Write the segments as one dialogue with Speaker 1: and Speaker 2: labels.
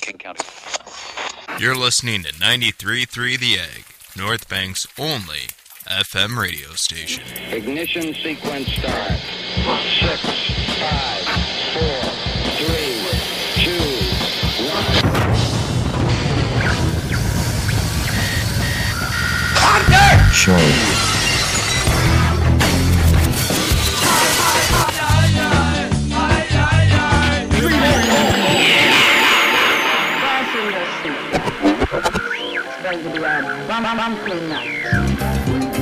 Speaker 1: King County.
Speaker 2: You're listening to 93.3 The Egg, North Bank's only FM radio station.
Speaker 3: Ignition sequence start. Six, five, four, three, two, one.
Speaker 4: It's going to be a bum bum bumpy night.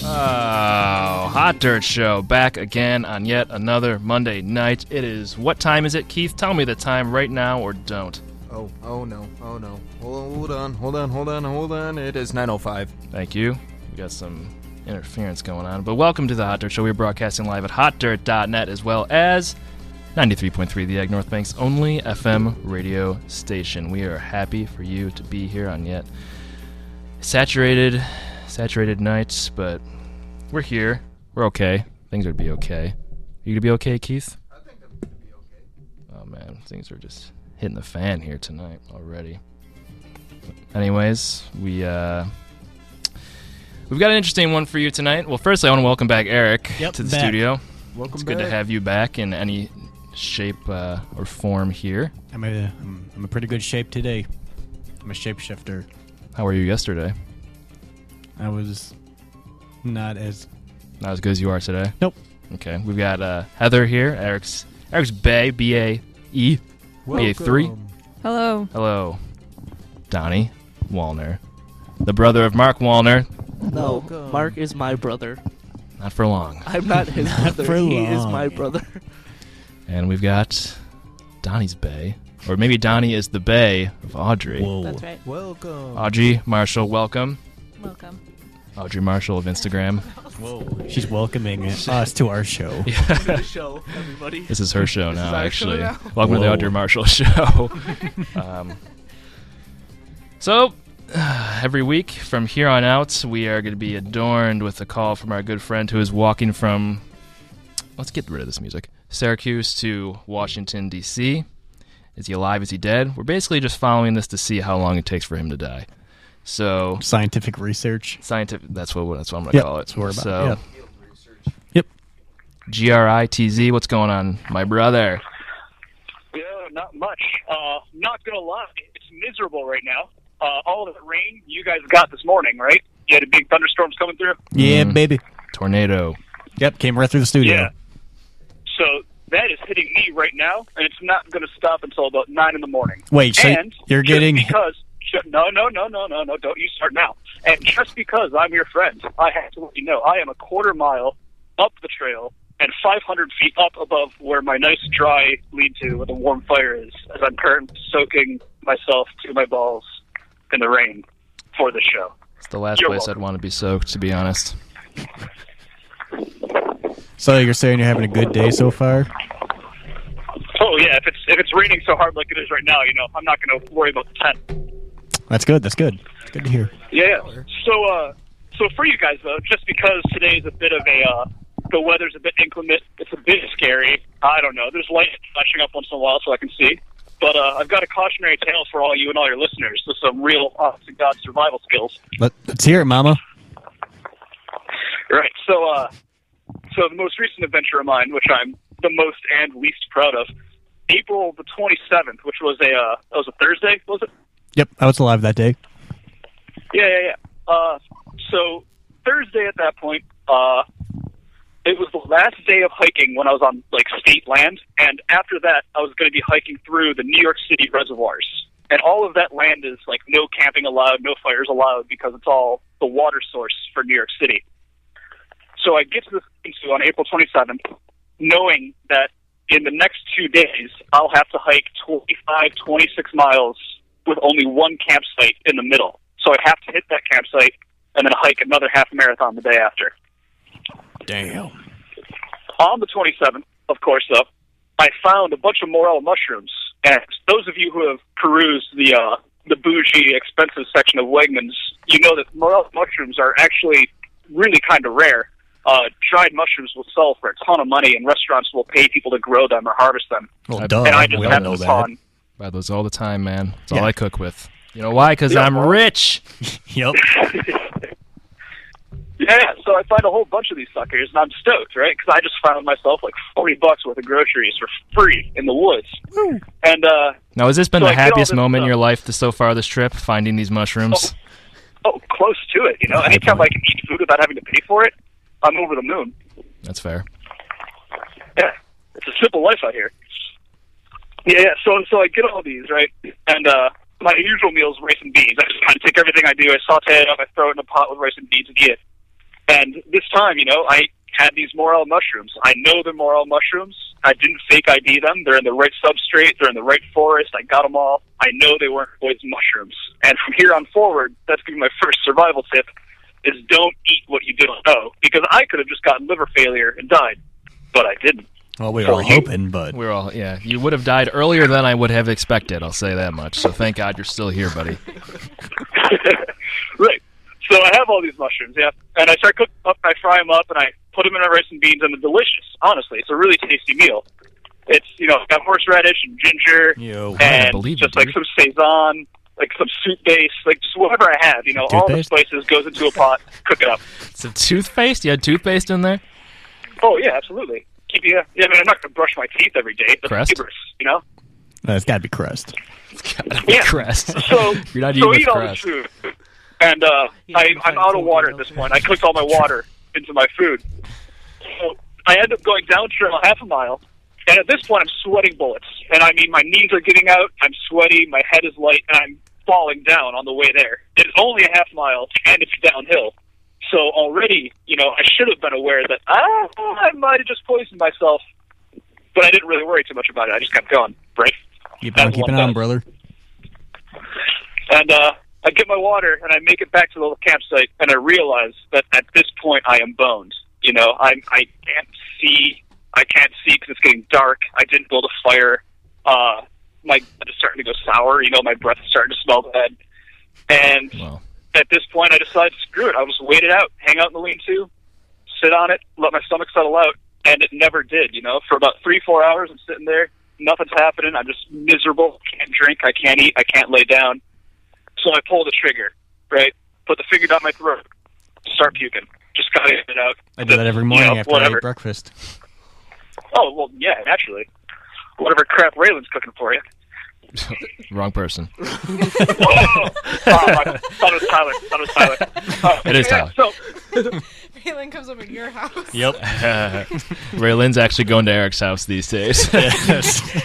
Speaker 5: Oh, Hot Dirt Show back again on yet another Monday night. It is what time is it, Keith? Tell me the time right now or don't.
Speaker 6: Oh, oh no, oh no. Hold on, hold on, hold on, hold on. It is 9.05.
Speaker 5: Thank you. We got some interference going on, but welcome to the Hot Dirt Show. We're broadcasting live at hotdirt.net as well as 93.3 The Egg North Bank's only FM radio station. We are happy for you to be here on yet saturated, saturated nights, but we're here. We're okay. Things would be okay. You gonna be okay, Keith? Oh man, things are just hitting the fan here tonight already. Anyways, we uh we've got an interesting one for you tonight. Well, first I want to welcome back Eric
Speaker 7: Yep,
Speaker 5: to the
Speaker 7: back.
Speaker 5: studio.
Speaker 6: Welcome
Speaker 5: It's
Speaker 6: back.
Speaker 5: good to have you back in any shape uh, or form here.
Speaker 7: I'm a, I'm, I'm a pretty good shape today. I'm a shapeshifter.
Speaker 5: How were you yesterday?
Speaker 7: I was not as
Speaker 5: Not as good as you are today.
Speaker 7: nope.
Speaker 5: Okay, we've got uh, Heather here. Eric's Eric's Bay B A E B A three.
Speaker 8: Hello.
Speaker 5: Hello, Donnie Walner, the brother of Mark Walner.
Speaker 9: No, Mark is my brother.
Speaker 5: Not for long.
Speaker 9: I'm not his brother.
Speaker 7: for
Speaker 9: he is
Speaker 7: long.
Speaker 9: my brother.
Speaker 5: And we've got Donnie's Bay. Or maybe Donnie is the Bay of Audrey.
Speaker 8: That's right.
Speaker 6: Welcome.
Speaker 5: Audrey Marshall, welcome.
Speaker 8: Welcome.
Speaker 5: Audrey Marshall of Instagram.
Speaker 7: She's welcoming us to our show.
Speaker 9: Good show, everybody.
Speaker 5: This is her show now,
Speaker 9: our show
Speaker 5: actually.
Speaker 9: now.
Speaker 5: Welcome to the
Speaker 7: Whoa.
Speaker 5: Audrey Marshall show. um, so, every week from here on out, we are going to be adorned with a call from our good friend who is walking from, let's get rid of this music, Syracuse to Washington, D.C. Is he alive? Is he dead? We're basically just following this to see how long it takes for him to die. So,
Speaker 7: Scientific research.
Speaker 5: scientific, that's what, that's what I'm going to
Speaker 7: Yep,
Speaker 5: call it.
Speaker 7: that's what we're about.
Speaker 5: So,
Speaker 7: yeah. Yep.
Speaker 5: G R I T Z, what's going on, my brother?
Speaker 10: Yeah, not much. Uh, not gonna lie, it's miserable right now. Uh, all that rain you guys got this morning, right? You had a big thunderstorms coming through.
Speaker 7: Yeah, baby.
Speaker 5: Tornado.
Speaker 7: Yep, came right through the studio.
Speaker 10: Yeah. So that is hitting me right now, and it's not gonna stop until about nine in the morning.
Speaker 7: Wait, so
Speaker 10: and
Speaker 7: you're
Speaker 10: just
Speaker 7: getting-
Speaker 10: because. ju- No, no, no, no, no, no! Don't you start now. And just because I'm your friend, I have to let you know I am a quarter mile up the trail and 500 feet up above where my nice dry lead to with a warm fire is, as I'm currently soaking myself to my balls in the rain for the show.
Speaker 5: It's the last
Speaker 10: You're
Speaker 5: place
Speaker 10: welcome.
Speaker 5: I'd want to be soaked, to be honest.
Speaker 7: So you're saying you're having a good day so far?
Speaker 10: Oh yeah, if it's if it's raining so hard like it is right now, you know I'm not going to worry about the tent.
Speaker 7: That's good. That's good. It's good to hear.
Speaker 10: Yeah. yeah. So, uh, so for you guys though, just because today's a bit of a uh, the weather's a bit inclement, it's a bit scary. I don't know. There's light flashing up once in a while, so I can see. But uh, I've got a cautionary tale for all you and all your listeners with some real honest to god survival skills.
Speaker 7: Let, let's hear it, Mama.
Speaker 10: Right. So, uh, so the most recent adventure of mine, which I'm the most and least proud of, April the 27th, which was a uh, that was a Thursday, was it?
Speaker 7: Yep, I was alive that day.
Speaker 10: Yeah, yeah, yeah. Uh, so Thursday at that point, uh, it was the last day of hiking when I was on like state land, and after that, I was going to be hiking through the New York City reservoirs, and all of that land is like no camping allowed, no fires allowed because it's all the water source for New York City. So I get to this into on April 27th, knowing that in the next two days I'll have to hike 25, 26 miles with only one campsite in the middle. So I'd have to hit that campsite and then hike another half marathon the day after.
Speaker 7: Damn.
Speaker 10: On the 27th, of course, though, I found a bunch of morel mushrooms. And those of you who have perused the uh, the bougie, expensive section of Wegmans, you know that morel mushrooms are actually really kind of rare. Uh, dried mushrooms will sell for a ton of money, and restaurants will pay people to grow them or harvest them.
Speaker 7: Well,
Speaker 5: I-
Speaker 7: duh.
Speaker 10: and I just
Speaker 7: Oh, we all know
Speaker 10: happened
Speaker 7: that.
Speaker 10: upon
Speaker 5: Buy those all the time, man. It's all
Speaker 7: Yeah.
Speaker 5: I cook with. You know why? Because I'm rich.
Speaker 7: Yep.
Speaker 10: Yeah, so I find a whole bunch of these suckers, and I'm stoked, right? Because I just found myself like 40 bucks worth of groceries for free in the woods. And, uh,
Speaker 5: Now, has this been
Speaker 10: So
Speaker 5: the
Speaker 10: I get all
Speaker 5: happiest
Speaker 10: this
Speaker 5: moment in
Speaker 10: stuff.
Speaker 5: your life to, so far this trip? Finding these mushrooms.
Speaker 10: oh, close to it, you know? Anytime I can eat food without having to pay for it, I'm over the moon.
Speaker 5: That's fair.
Speaker 10: Yeah, it's a simple life out here. Yeah, yeah. So, so I get all these right, and uh, my usual meal is rice and beans. I just kind of take everything I do, I saute it up, I throw it in a pot with rice and beans, and eat it. And this time, you know, I had these morel mushrooms. I know they're morel mushrooms. I didn't fake ID them. They're in the right substrate. They're in the right forest. I got them all. I know they weren't poison mushrooms. And from here on forward, that's going to be my first survival tip: is don't eat what you don't know, because I could have just gotten liver failure and died, but I didn't.
Speaker 7: Well, we
Speaker 10: For
Speaker 7: were all
Speaker 10: you.
Speaker 7: hoping, but
Speaker 5: We're all yeah. You would have died earlier than I would have expected. I'll say that much. So thank God you're still here, buddy.
Speaker 10: right. So I have all these mushrooms, yeah, and I start cooking them up. I fry them up, and I put them in my rice and beans, and they're delicious. Honestly, it's a really tasty meal. It's you know got horseradish and ginger,
Speaker 7: Yo. I
Speaker 10: and
Speaker 5: believe you,
Speaker 10: just like
Speaker 5: dude.
Speaker 10: some saison, like some soup base, like just whatever I have. You know, all the
Speaker 7: Toothpaste?
Speaker 10: spices goes into a pot, cook it up.
Speaker 5: Some toothpaste. You had toothpaste in there.
Speaker 10: Oh yeah, absolutely. Keep you. Yeah, I mean, I'm not going to brush my teeth every day, but
Speaker 5: Crest?
Speaker 10: fibers, you know.
Speaker 7: no, it's got to be crust.
Speaker 10: Yeah.
Speaker 5: Crest.
Speaker 10: So,
Speaker 5: you're not eating
Speaker 10: so
Speaker 5: with
Speaker 10: eat all this
Speaker 5: crest.
Speaker 10: food. And uh,
Speaker 9: Yeah,
Speaker 10: I,
Speaker 9: you
Speaker 10: I'm
Speaker 9: find
Speaker 10: out of
Speaker 9: cold
Speaker 10: water
Speaker 9: meat
Speaker 10: at this
Speaker 9: out
Speaker 10: point. I cooked all my water into my food. So I end up going down trail half a mile. And at this point, I'm sweating bullets. And I mean, my knees are getting out. I'm sweaty. My head is light. And I'm falling down on the way there. It's only a half mile, and it's downhill. So already, you know, I should have been aware that ah, I might have just poisoned myself. But I didn't really worry too much about it. I just kept going. Right?
Speaker 7: Keep on
Speaker 10: That's
Speaker 7: keeping
Speaker 10: one
Speaker 7: on,
Speaker 10: bad.
Speaker 7: brother.
Speaker 10: And uh, I get my water and I make it back to the little campsite and I realize that at this point I am boned. You know, I'm I can't see. I can't see because it's getting dark. I didn't build a fire. Uh, my blood is starting to go sour. You know, my breath is starting to smell bad. And
Speaker 5: Well,
Speaker 10: at this point, I decided, screw it. I'll just wait it out, hang out in the lean-to, sit on it, let my stomach settle out, and it never did. You know, for about three, four hours, I'm sitting there, nothing's happening. I'm just miserable. Can't drink. I can't eat. I can't lay down. So I pull the trigger, right? Put the finger down my throat, start puking. Just gotta get it out.
Speaker 7: I do that every
Speaker 10: You know,
Speaker 7: morning after I
Speaker 10: whatever.
Speaker 7: eat breakfast.
Speaker 10: Oh well, yeah, naturally. Whatever crap Raylan's cooking for you.
Speaker 5: wrong person.
Speaker 10: Whoa! oh, I thought it was Tyler. Thought it was Tyler. Oh,
Speaker 5: It is
Speaker 10: yeah,
Speaker 5: Tyler.
Speaker 10: So
Speaker 1: Palin comes over to your house.
Speaker 7: Yep.
Speaker 5: Raylan's actually going to Eric's house these days.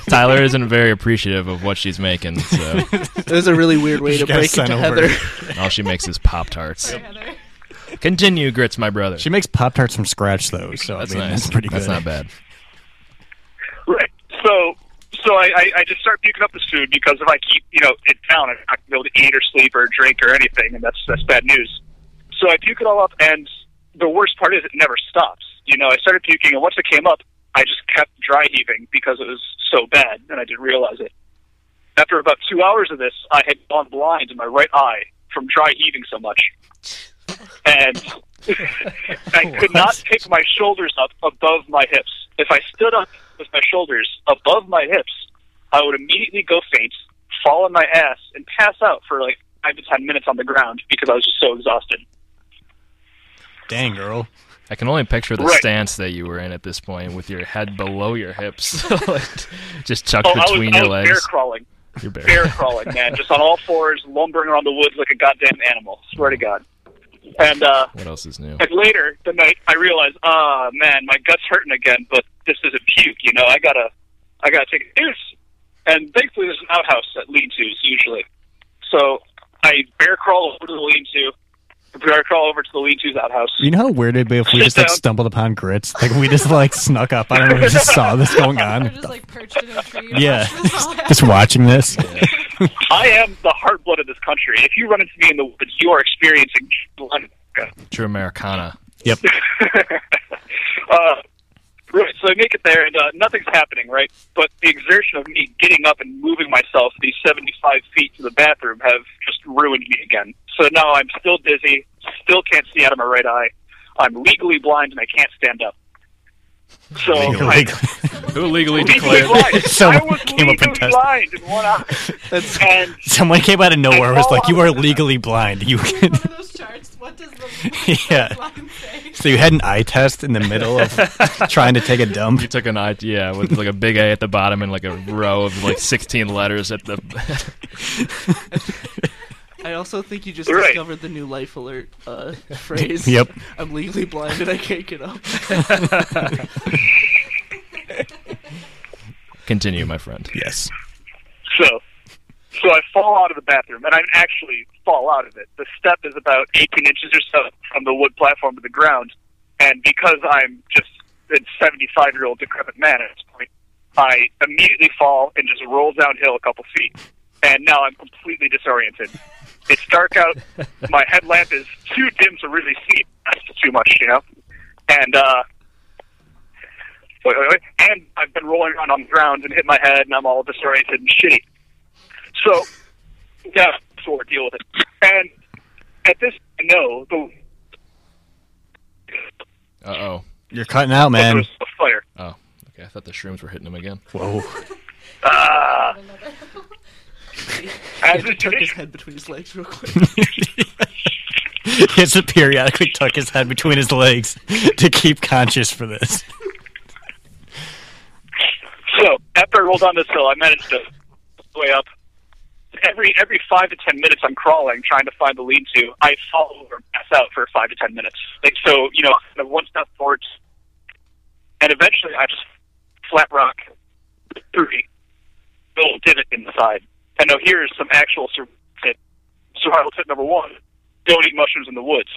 Speaker 5: Tyler isn't very appreciative of what she's making, so
Speaker 9: That is a really weird way to
Speaker 7: Just gotta
Speaker 9: break it
Speaker 7: sign
Speaker 9: to
Speaker 7: over.
Speaker 9: Heather.
Speaker 5: all she makes is Pop Tarts.
Speaker 1: Heather.
Speaker 5: Continue, grits, my brother.
Speaker 7: She makes Pop Tarts from scratch, though, so
Speaker 5: that's
Speaker 7: I mean,
Speaker 5: nice.
Speaker 7: that's pretty good.
Speaker 5: That's not bad.
Speaker 10: Right. So, so I, I, I just start puking up this food because if I keep, you know, it down, I'm not gonna be able to eat or sleep or drink or anything, and that's that's bad news. So I puke it all up, and the worst part is it never stops. You know, I started puking, and once it came up, I just kept dry heaving because it was so bad, and I didn't realize it. After about two hours of this, I had gone blind in my right eye from dry heaving so much, and I could not pick my shoulders up above my hips. If I stood up with my shoulders above my hips, I would immediately go faint, fall on my ass, and pass out for like five to ten minutes on the ground because I was just so exhausted.
Speaker 7: Dang, girl.
Speaker 5: I can only picture the
Speaker 10: Right.
Speaker 5: stance that you were in at this point with your head below your hips, like, just chucked
Speaker 10: Oh, I was,
Speaker 5: between
Speaker 10: I
Speaker 5: your
Speaker 10: was bear
Speaker 5: legs.
Speaker 10: crawling,
Speaker 5: You're bare.
Speaker 10: bear crawling, man, just on all fours, lumbering around the woods like a goddamn animal. Swear to God. And uh,
Speaker 5: What else is new?
Speaker 10: And later the night, I realized, ah, man, my gut's hurting again. But this is a puke, you know. I gotta, I gotta take a deuce. And thankfully, there's an outhouse that lean-tos usually. So I bear crawl over to the lean-to. Bear crawl over to the lean-to's outhouse.
Speaker 7: You know how weird it'd be if we
Speaker 10: Sit
Speaker 7: just like
Speaker 10: down.
Speaker 7: stumbled upon grits? Like we just like snuck up on him and just saw this going
Speaker 1: We're
Speaker 7: on.
Speaker 1: just like perched in a tree. and
Speaker 7: Yeah.
Speaker 1: watch this all
Speaker 7: Just
Speaker 1: happen.
Speaker 7: watching this.
Speaker 10: I am the heart blood of this country. If you run into me in the woods, you are experiencing blood.
Speaker 5: True Americana.
Speaker 10: uh, Right, so I make it there, and uh, nothing's happening, right? But the exertion of me getting up and moving myself these 75 feet to the bathroom have just ruined me again. So now I'm still dizzy, still can't see out of my right eye. I'm legally blind, and I can't stand up. So I,
Speaker 5: Who
Speaker 10: legally
Speaker 5: legally declared?
Speaker 10: blind. I
Speaker 7: Someone
Speaker 10: was
Speaker 7: came
Speaker 10: legally
Speaker 7: up and tested.
Speaker 10: blind in one eye.
Speaker 6: That's-
Speaker 10: and
Speaker 7: Someone came out of nowhere and was like, "You are legally blind." You
Speaker 1: One of those charts. What does the
Speaker 7: Yeah.
Speaker 1: line say?
Speaker 7: so you had an eye test in the middle of trying to take a dump.
Speaker 5: You took an I, yeah, with like a big A at the bottom and like a row of like 16 letters at the.
Speaker 9: I also think you just
Speaker 10: Right.
Speaker 9: discovered the new life alert uh, phrase.
Speaker 7: Yep.
Speaker 9: I'm legally blind and I can't get up.
Speaker 5: Continue, my friend.
Speaker 7: Yes.
Speaker 10: So, so I fall out of the bathroom, and I actually fall out of it. The step is about 18 inches or so from the wood platform to the ground, and because I'm just a 75 year old decrepit man at this point, I immediately fall and just roll downhill a couple feet, and now I'm completely disoriented. It's dark out. My headlamp is too dim to really see. That's too much, you know. And uh, wait, wait, wait. And I've been rolling around on the ground and hit my head, and I'm all disoriented and shitty. So, yeah, so we'll deal with it. And at this, I know the
Speaker 5: Uh oh.
Speaker 7: You're cutting out,
Speaker 10: there
Speaker 7: man.
Speaker 10: was a fire.
Speaker 5: Oh, okay. I thought the shrooms were hitting him again.
Speaker 7: Whoa.
Speaker 10: Ah, as
Speaker 9: Tuck
Speaker 10: is
Speaker 9: his
Speaker 10: tradition,
Speaker 9: head between his legs real quick.
Speaker 7: he has to periodically tuck his head between his legs to keep conscious for this.
Speaker 10: So after I rolled down this hill, I managed to way up. Every every five to ten minutes, I'm crawling, trying to find the lead-to. I fall over, pass out for five to ten minutes. Like so, you know, kind of one step forward, and eventually I just flat rock three little divot in the side. And now here's some actual sur- tip. survival tip number one: don't eat mushrooms in the woods.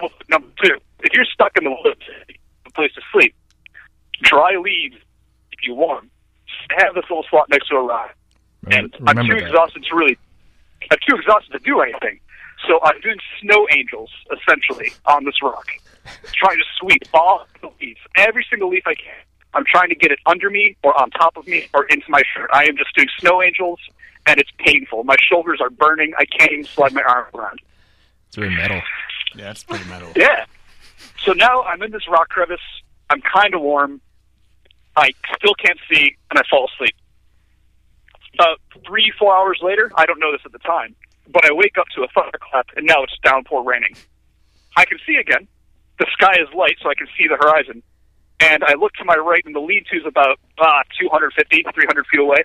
Speaker 10: Well, Number two: if you're stuck in the woods, a place to sleep, dry leaves if you want. Have this little slot next to a rock. And
Speaker 5: Remember,
Speaker 10: I'm
Speaker 5: Mm, remember
Speaker 10: too
Speaker 5: that.
Speaker 10: exhausted to really, I'm too exhausted to do anything. So I'm doing snow angels essentially on this rock, trying to sweep all the leaves, every single leaf I can. I'm trying to get it under me or on top of me or into my shirt. I am just doing snow angels, and it's painful. My shoulders are burning. I can't even slide my arm around.
Speaker 5: It's very metal.
Speaker 7: Yeah, that's pretty metal.
Speaker 10: Yeah. So now I'm in this rock crevice. I'm kind of warm. I still can't see, and I fall asleep. About three, four hours later, I don't know this at the time, but I wake up to a thunderclap, and now it's downpour raining. I can see again. The sky is light, so I can see the horizon. And I look to my right, and the lead-to is about ah, 250, 300 feet away.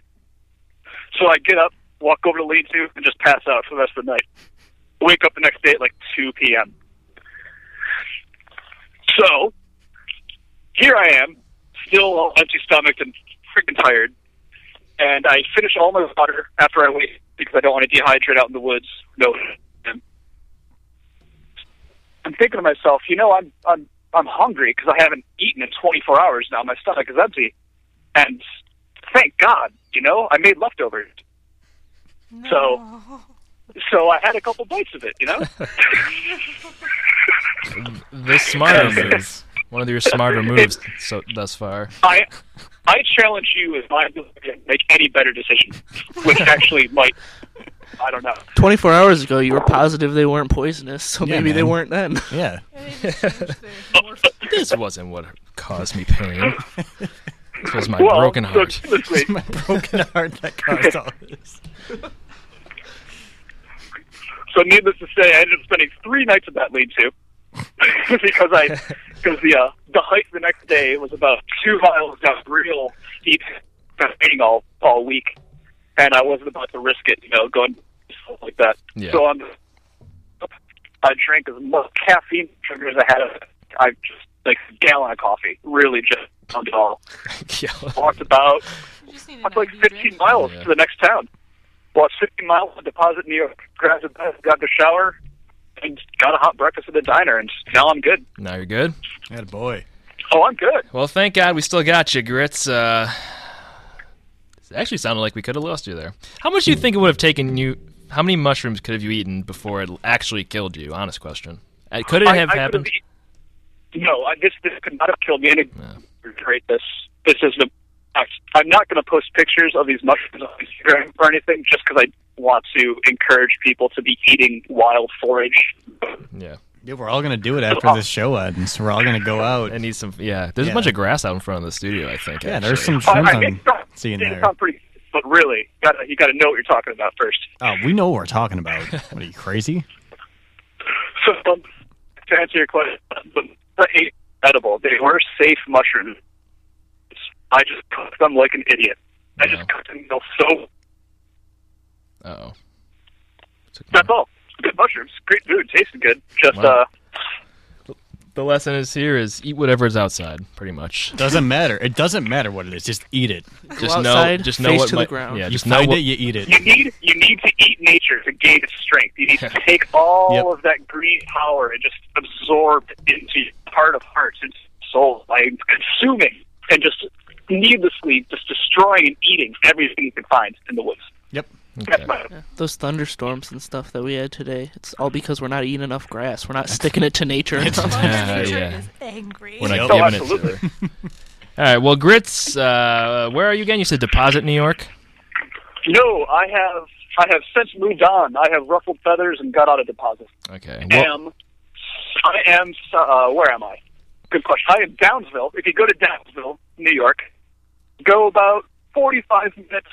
Speaker 10: So I get up, walk over to the lead-to, and just pass out for the rest of the night. Wake up the next day at like 2 p.m. So here I am, still all empty stomached and freaking tired. And I finish all my water after I wait because I don't want to dehydrate out in the woods. No. I'm thinking to myself, you know, I'm I'm I'm hungry because I haven't eaten in 24 hours now. My stomach is empty, and thank God, you know, I made leftovers. So- So I had a couple bites of it, you know.
Speaker 5: The smarter move. One of your smarter moves so thus far.
Speaker 10: I I challenge you as my ability to make any better decision, which actually might. I don't know.
Speaker 9: 24 hours ago, you were positive they weren't poisonous, so
Speaker 7: Yeah,
Speaker 9: maybe they
Speaker 7: man.
Speaker 9: weren't then.
Speaker 7: Yeah.
Speaker 1: And they just changed their morph-
Speaker 5: This wasn't what caused me pain. This was my
Speaker 10: well,
Speaker 5: broken
Speaker 10: so
Speaker 5: heart.
Speaker 10: seriously,
Speaker 7: My broken heart that caused all this.
Speaker 10: So needless to say, I ended up spending three nights at that lead to because I because the uh, the hike the next day was about two miles down real steep, training all all week, and I wasn't about to risk it, you know, going stuff like that.
Speaker 5: Yeah.
Speaker 10: So I'm I drank as much caffeine sugar as I had. I just like a gallon of coffee, really just dumped it all.
Speaker 5: Yeah.
Speaker 10: Walked about
Speaker 1: You just need an
Speaker 10: that's like
Speaker 1: IV
Speaker 10: 15
Speaker 1: drink.
Speaker 10: miles
Speaker 5: Yeah.
Speaker 10: to the next town. Walked 15 miles to deposit New York, grabbed a bath, got a shower, and got a hot breakfast at the diner, and now I'm good.
Speaker 5: Now you're good.
Speaker 7: That boy.
Speaker 10: Oh, I'm good.
Speaker 5: Well, thank God we still got you, Grits. Uh, it actually sounded like we could have lost you there. How much do you think it would have taken you? How many mushrooms could have you eaten before it actually killed you? Honest question. Uh, Could it
Speaker 10: I-
Speaker 5: have
Speaker 10: I could've
Speaker 5: happened?
Speaker 10: eat- no, I, this this could not have killed me. And it, reiterate this. This isn't. A, I'm not going to post pictures of these mushrooms on Instagram or anything, just because I want to encourage people to be eating wild forage.
Speaker 5: Yeah.
Speaker 7: Yeah, we're all gonna do it after this show ends. We're all gonna go out.
Speaker 5: I need some. Yeah, there's a bunch
Speaker 7: Yeah.
Speaker 5: of grass out in front of the studio. I think.
Speaker 7: yeah, there's some
Speaker 10: I,
Speaker 7: shrimp
Speaker 10: I
Speaker 7: I'm
Speaker 10: it sounds-
Speaker 7: seeing
Speaker 10: it
Speaker 7: there.
Speaker 10: sounds pretty, but really, gotta, you got to know what you're talking about first.
Speaker 7: Oh, we know what we're talking about. What are you crazy?
Speaker 10: So, um, to answer your question, they ate edible. They were safe mushrooms. I just cooked them like an idiot. I
Speaker 5: Yeah.
Speaker 10: just cooked them so.
Speaker 5: Uh oh.
Speaker 10: That's all. Good mushrooms, great food, tasted good. Just
Speaker 5: Wow.
Speaker 10: uh,
Speaker 5: The lesson is here is eat whatever is outside, pretty much.
Speaker 7: Doesn't matter. It doesn't matter what it is. Just eat it.
Speaker 5: Just know,
Speaker 9: outside,
Speaker 5: just know
Speaker 9: face
Speaker 5: what
Speaker 9: to the
Speaker 5: might-
Speaker 9: ground.
Speaker 5: Yeah,
Speaker 7: you
Speaker 5: just know
Speaker 7: find
Speaker 5: what,
Speaker 7: it, you eat it.
Speaker 10: you need you need to eat nature to gain its strength. You need to take all
Speaker 7: Yep.
Speaker 10: of that green power and just absorb it into your heart of hearts and soul by consuming and just needlessly just destroying and eating everything you can find in the woods.
Speaker 7: Yep.
Speaker 10: That's
Speaker 5: Okay.
Speaker 10: my
Speaker 9: Those thunderstorms and stuff that we had today, it's all because we're not eating enough grass. We're not sticking it to nature. enough.
Speaker 5: Yeah,
Speaker 1: Nature
Speaker 5: yeah.
Speaker 1: is angry.
Speaker 5: We're not
Speaker 7: Yep.
Speaker 5: giving
Speaker 10: Oh,
Speaker 5: it to her. All right, well, Grits, uh, where are you again? You said Deposit, New York?
Speaker 10: No, I have I have since moved on. I have ruffled feathers and got out of deposit.
Speaker 5: Okay. Well,
Speaker 10: am I am uh, where am I? Good question. I am Downsville. If you go to Downsville, New York, go about forty five minutes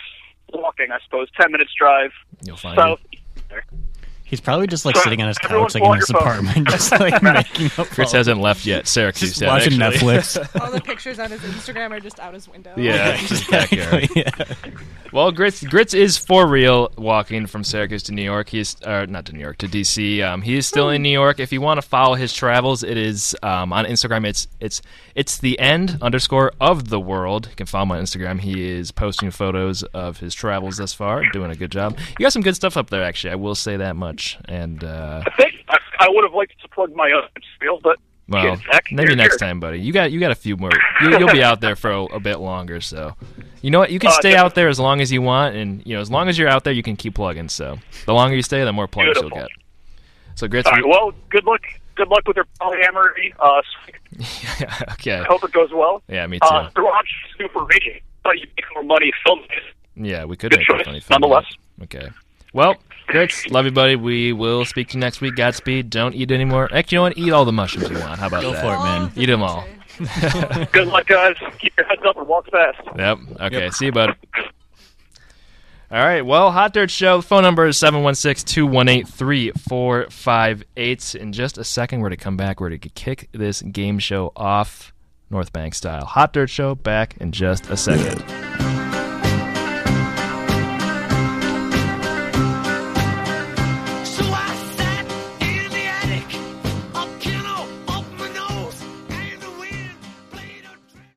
Speaker 10: walking, I suppose, ten minutes drive
Speaker 5: you'll find
Speaker 10: south.
Speaker 5: it.
Speaker 7: He's probably just like
Speaker 10: Sorry,
Speaker 7: sitting on his
Speaker 10: everyone
Speaker 7: couch, like
Speaker 10: pull out
Speaker 7: in his
Speaker 10: your phone.
Speaker 7: apartment, just like making up.
Speaker 5: Grits
Speaker 7: all-
Speaker 5: hasn't left yet. Syracuse
Speaker 7: just
Speaker 5: yet,
Speaker 7: watching
Speaker 5: actually.
Speaker 7: Netflix.
Speaker 1: All the pictures on his Instagram are just out his window.
Speaker 5: Yeah, just back here.
Speaker 7: yeah.
Speaker 5: Well, Grits Grits is for real walking from Syracuse to New York. He's uh, not to New York to DC. Um, he is still in New York. If you want to follow his travels, it is um, on Instagram. It's it's it's the end underscore of the world. You can follow him on Instagram. He is posting photos of his travels thus far. Doing a good job. You got some good stuff up there, actually. I will say that much. And uh,
Speaker 10: I think I, I would have liked to plug my own spiel, but
Speaker 5: well,
Speaker 10: shit, heck,
Speaker 5: maybe
Speaker 10: you're
Speaker 5: next
Speaker 10: here.
Speaker 5: time, buddy. You got you got a few more. You, you'll be out there for a, a bit longer, so. You know what? You can
Speaker 10: Uh,
Speaker 5: stay
Speaker 10: yeah.
Speaker 5: out there as long as you want, and you know as long as you're out there, you can keep plugging. So the longer you stay, the more plugs
Speaker 10: Beautiful.
Speaker 5: you'll get. So grits.
Speaker 10: All right. Well, good luck. Good luck with your polyamory. Uh,
Speaker 5: okay.
Speaker 10: I hope it goes well.
Speaker 5: Yeah, me too.
Speaker 10: Uh, watch Super Radio. But you make more money filming. it.
Speaker 5: yeah, we could
Speaker 10: good
Speaker 5: make a
Speaker 10: choice,
Speaker 5: funny film.
Speaker 10: nonetheless.
Speaker 5: Okay. Well, grits. Love you, buddy. We will speak to you next week. Godspeed. Don't eat any more. Actually, you know what? Eat all the mushrooms you want. How about
Speaker 7: Go
Speaker 5: that?
Speaker 7: for it, man.
Speaker 5: Eat 'em all.
Speaker 10: Good luck, guys. Keep your heads up and walk fast.
Speaker 5: Yep. Okay. See you, bud. All right. Well, Hot Dirt Show. Phone number is 716 218 3458. In just a second, we're to come back. We're to kick this game show off North Bank style. Hot Dirt Show back in just a second.
Speaker 4: So I sat in the attic, a pillow up my nose, and the wind played a track.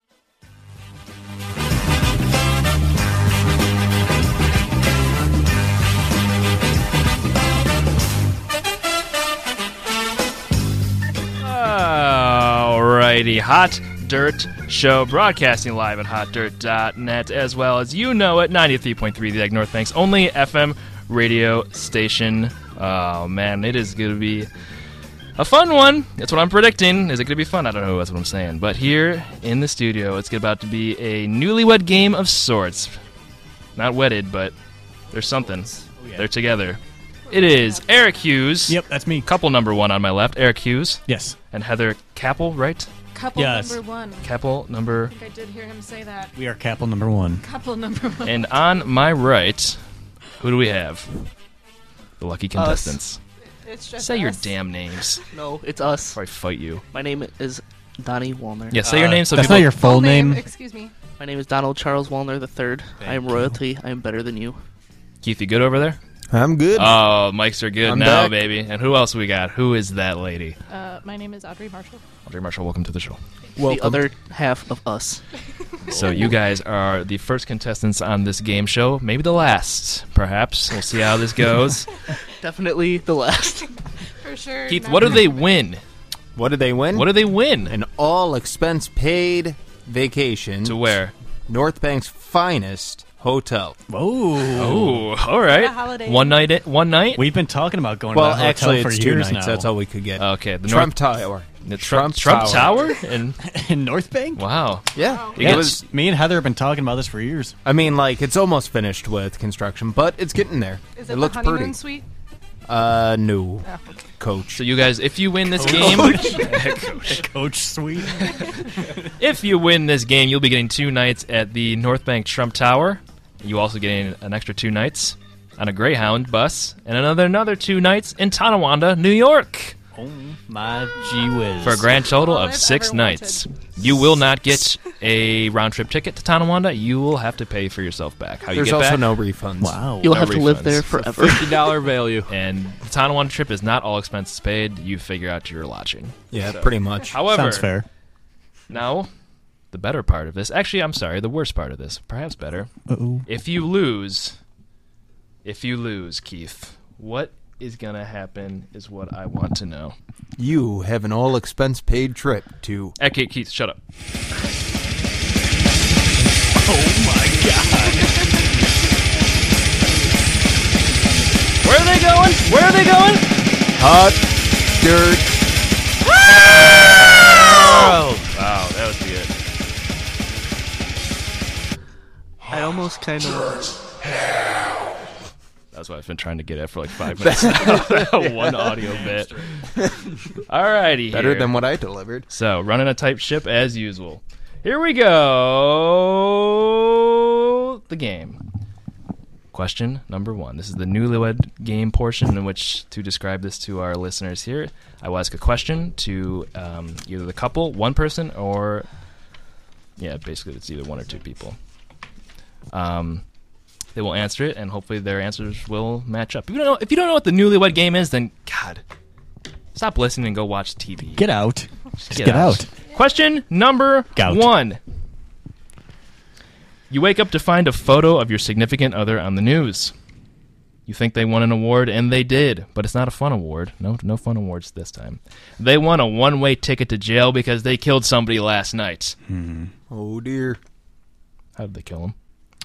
Speaker 5: Alrighty, Hot Dirt Show, broadcasting live at hotdirt.net as well as you know it, 93.3 The Egg North Banks, only FM radio station. Oh man, it is going to be a fun one. That's what I'm predicting. Is it going to be fun? I don't know. That's what I'm saying. But here in the studio, it's about to be a newlywed game of sorts. Not wedded, but there's something. They're together. It is Eric Hughes.
Speaker 7: Yep, that's me.
Speaker 5: Couple number one on my left, Eric Hughes
Speaker 7: Yes.
Speaker 5: and Heather Capel, right?
Speaker 1: Couple
Speaker 7: Yes.
Speaker 1: number one. I
Speaker 5: Capel number.
Speaker 1: think I did hear him say that.
Speaker 7: We are Capel number one.
Speaker 1: Couple number one.
Speaker 5: And on my right, who do we have? The lucky contestants.
Speaker 1: It's just
Speaker 5: Say your
Speaker 1: us.
Speaker 5: damn names.
Speaker 9: no, it's us.
Speaker 5: Before I fight you.
Speaker 9: My name is Donnie Walner.
Speaker 5: Yeah, say your name so
Speaker 7: that's
Speaker 5: people.
Speaker 7: not your full
Speaker 1: Oh,
Speaker 7: name.
Speaker 1: Excuse me.
Speaker 9: My name is Donald Charles Walner III. I am royalty. I am better than you.
Speaker 5: Keith, you good over there?
Speaker 6: I'm good.
Speaker 5: Oh, mics are good
Speaker 6: I'm
Speaker 5: now,
Speaker 6: back.
Speaker 5: baby. And who else we got? Who is that lady?
Speaker 1: Uh, my name is Audrey Marshall.
Speaker 5: Audrey Marshall, welcome to the show.
Speaker 9: The other half of us.
Speaker 5: So you guys are the first contestants on this game show, maybe the last, perhaps. We'll see how this goes.
Speaker 9: Definitely the last.
Speaker 1: For sure.
Speaker 5: Keith,
Speaker 1: not
Speaker 5: what do
Speaker 1: my
Speaker 5: they
Speaker 1: name.
Speaker 5: win?
Speaker 6: what did they win?
Speaker 5: What do they win?
Speaker 6: An all expense paid vacation
Speaker 5: To where?
Speaker 6: North Bank's finest hotel.
Speaker 7: Oh.
Speaker 5: Oh, all right.
Speaker 1: A holiday.
Speaker 5: One night, one night.
Speaker 7: We've been talking about going
Speaker 6: Well,
Speaker 7: to that hotel
Speaker 6: actually,
Speaker 7: for
Speaker 6: it's two
Speaker 7: years
Speaker 6: nights.
Speaker 7: now.
Speaker 6: That's all we could get.
Speaker 5: Okay, the
Speaker 6: Trump
Speaker 5: North,
Speaker 6: Tower.
Speaker 5: The Tru-
Speaker 6: Trump
Speaker 5: Trump Tower.
Speaker 6: Tower.
Speaker 5: and
Speaker 7: in North Bank.
Speaker 5: wow,
Speaker 6: Yeah,
Speaker 7: Yeah,
Speaker 6: it was.
Speaker 7: me and Heather have been talking about this for years.
Speaker 6: I mean, like it's almost finished with construction, but it's getting there.
Speaker 1: Is it,
Speaker 6: it
Speaker 1: the
Speaker 6: looks
Speaker 1: honeymoon
Speaker 6: pretty.
Speaker 1: suite?
Speaker 6: Uh, no,
Speaker 1: Oh, okay.
Speaker 6: coach.
Speaker 5: so you guys, if you win
Speaker 6: Oh,
Speaker 5: this game,
Speaker 7: The coach suite.
Speaker 5: if you win this game, you'll be getting two nights at the North Bank Trump Tower. You also getting an extra two nights on a Greyhound bus and another another two nights in Tonawanda, New York,
Speaker 7: oh my gee whiz!
Speaker 5: for a grand total
Speaker 1: All
Speaker 5: of
Speaker 1: I've
Speaker 5: six
Speaker 1: ever
Speaker 5: nights. You will not get a round trip ticket to Tonawanda. You will have to pay for yourself back. How Oh, you
Speaker 6: There's
Speaker 5: get
Speaker 6: also
Speaker 5: back?
Speaker 6: no refunds.
Speaker 7: wow.
Speaker 9: You'll
Speaker 5: No
Speaker 9: have to live
Speaker 5: refunds.
Speaker 9: there forever.
Speaker 6: dollar value.
Speaker 5: and the Tonawanda trip is not all expenses paid. You figure out your lodging.
Speaker 6: Yeah, pretty much.
Speaker 5: However,
Speaker 7: Sounds fair.
Speaker 5: now the better part of this. Actually, I'm sorry, the worst part of this. Perhaps better.
Speaker 7: Uh-oh.
Speaker 5: If you lose, if you lose, Keith, what is going to happen is what I want to know.
Speaker 6: You have an all expense paid trip to
Speaker 5: Okay, Keith, shut up. Oh my god. Where are they going? Where are they going?
Speaker 6: hot dirt.
Speaker 5: Wow, that was good.
Speaker 9: I almost kind of.
Speaker 5: That's what I've been trying to get at for like five minutes. now. One audio bit. Alrighty.
Speaker 6: Better
Speaker 5: here.
Speaker 6: than what I delivered.
Speaker 5: So, running a tight ship as usual. Here we go. The game. Question number one. This is the newlywed game portion in which to describe this to our listeners here. I will ask a question to um, either the couple, one person, or yeah, basically it's either one or two people. Um, they will answer it, and hopefully their answers will match up. If you don't know, if you don't know what the newlywed game is, then God, stop listening and go watch TV.
Speaker 7: Get out. Just get, out.
Speaker 5: Question number
Speaker 7: Gout.
Speaker 5: one. You wake up to find a photo of your significant other on the news. You think they won an award, and they did, but it's not a fun award. No, no fun awards this time. They won a one-way ticket to jail because they killed somebody last night.
Speaker 6: Oh dear.
Speaker 5: How did they kill him?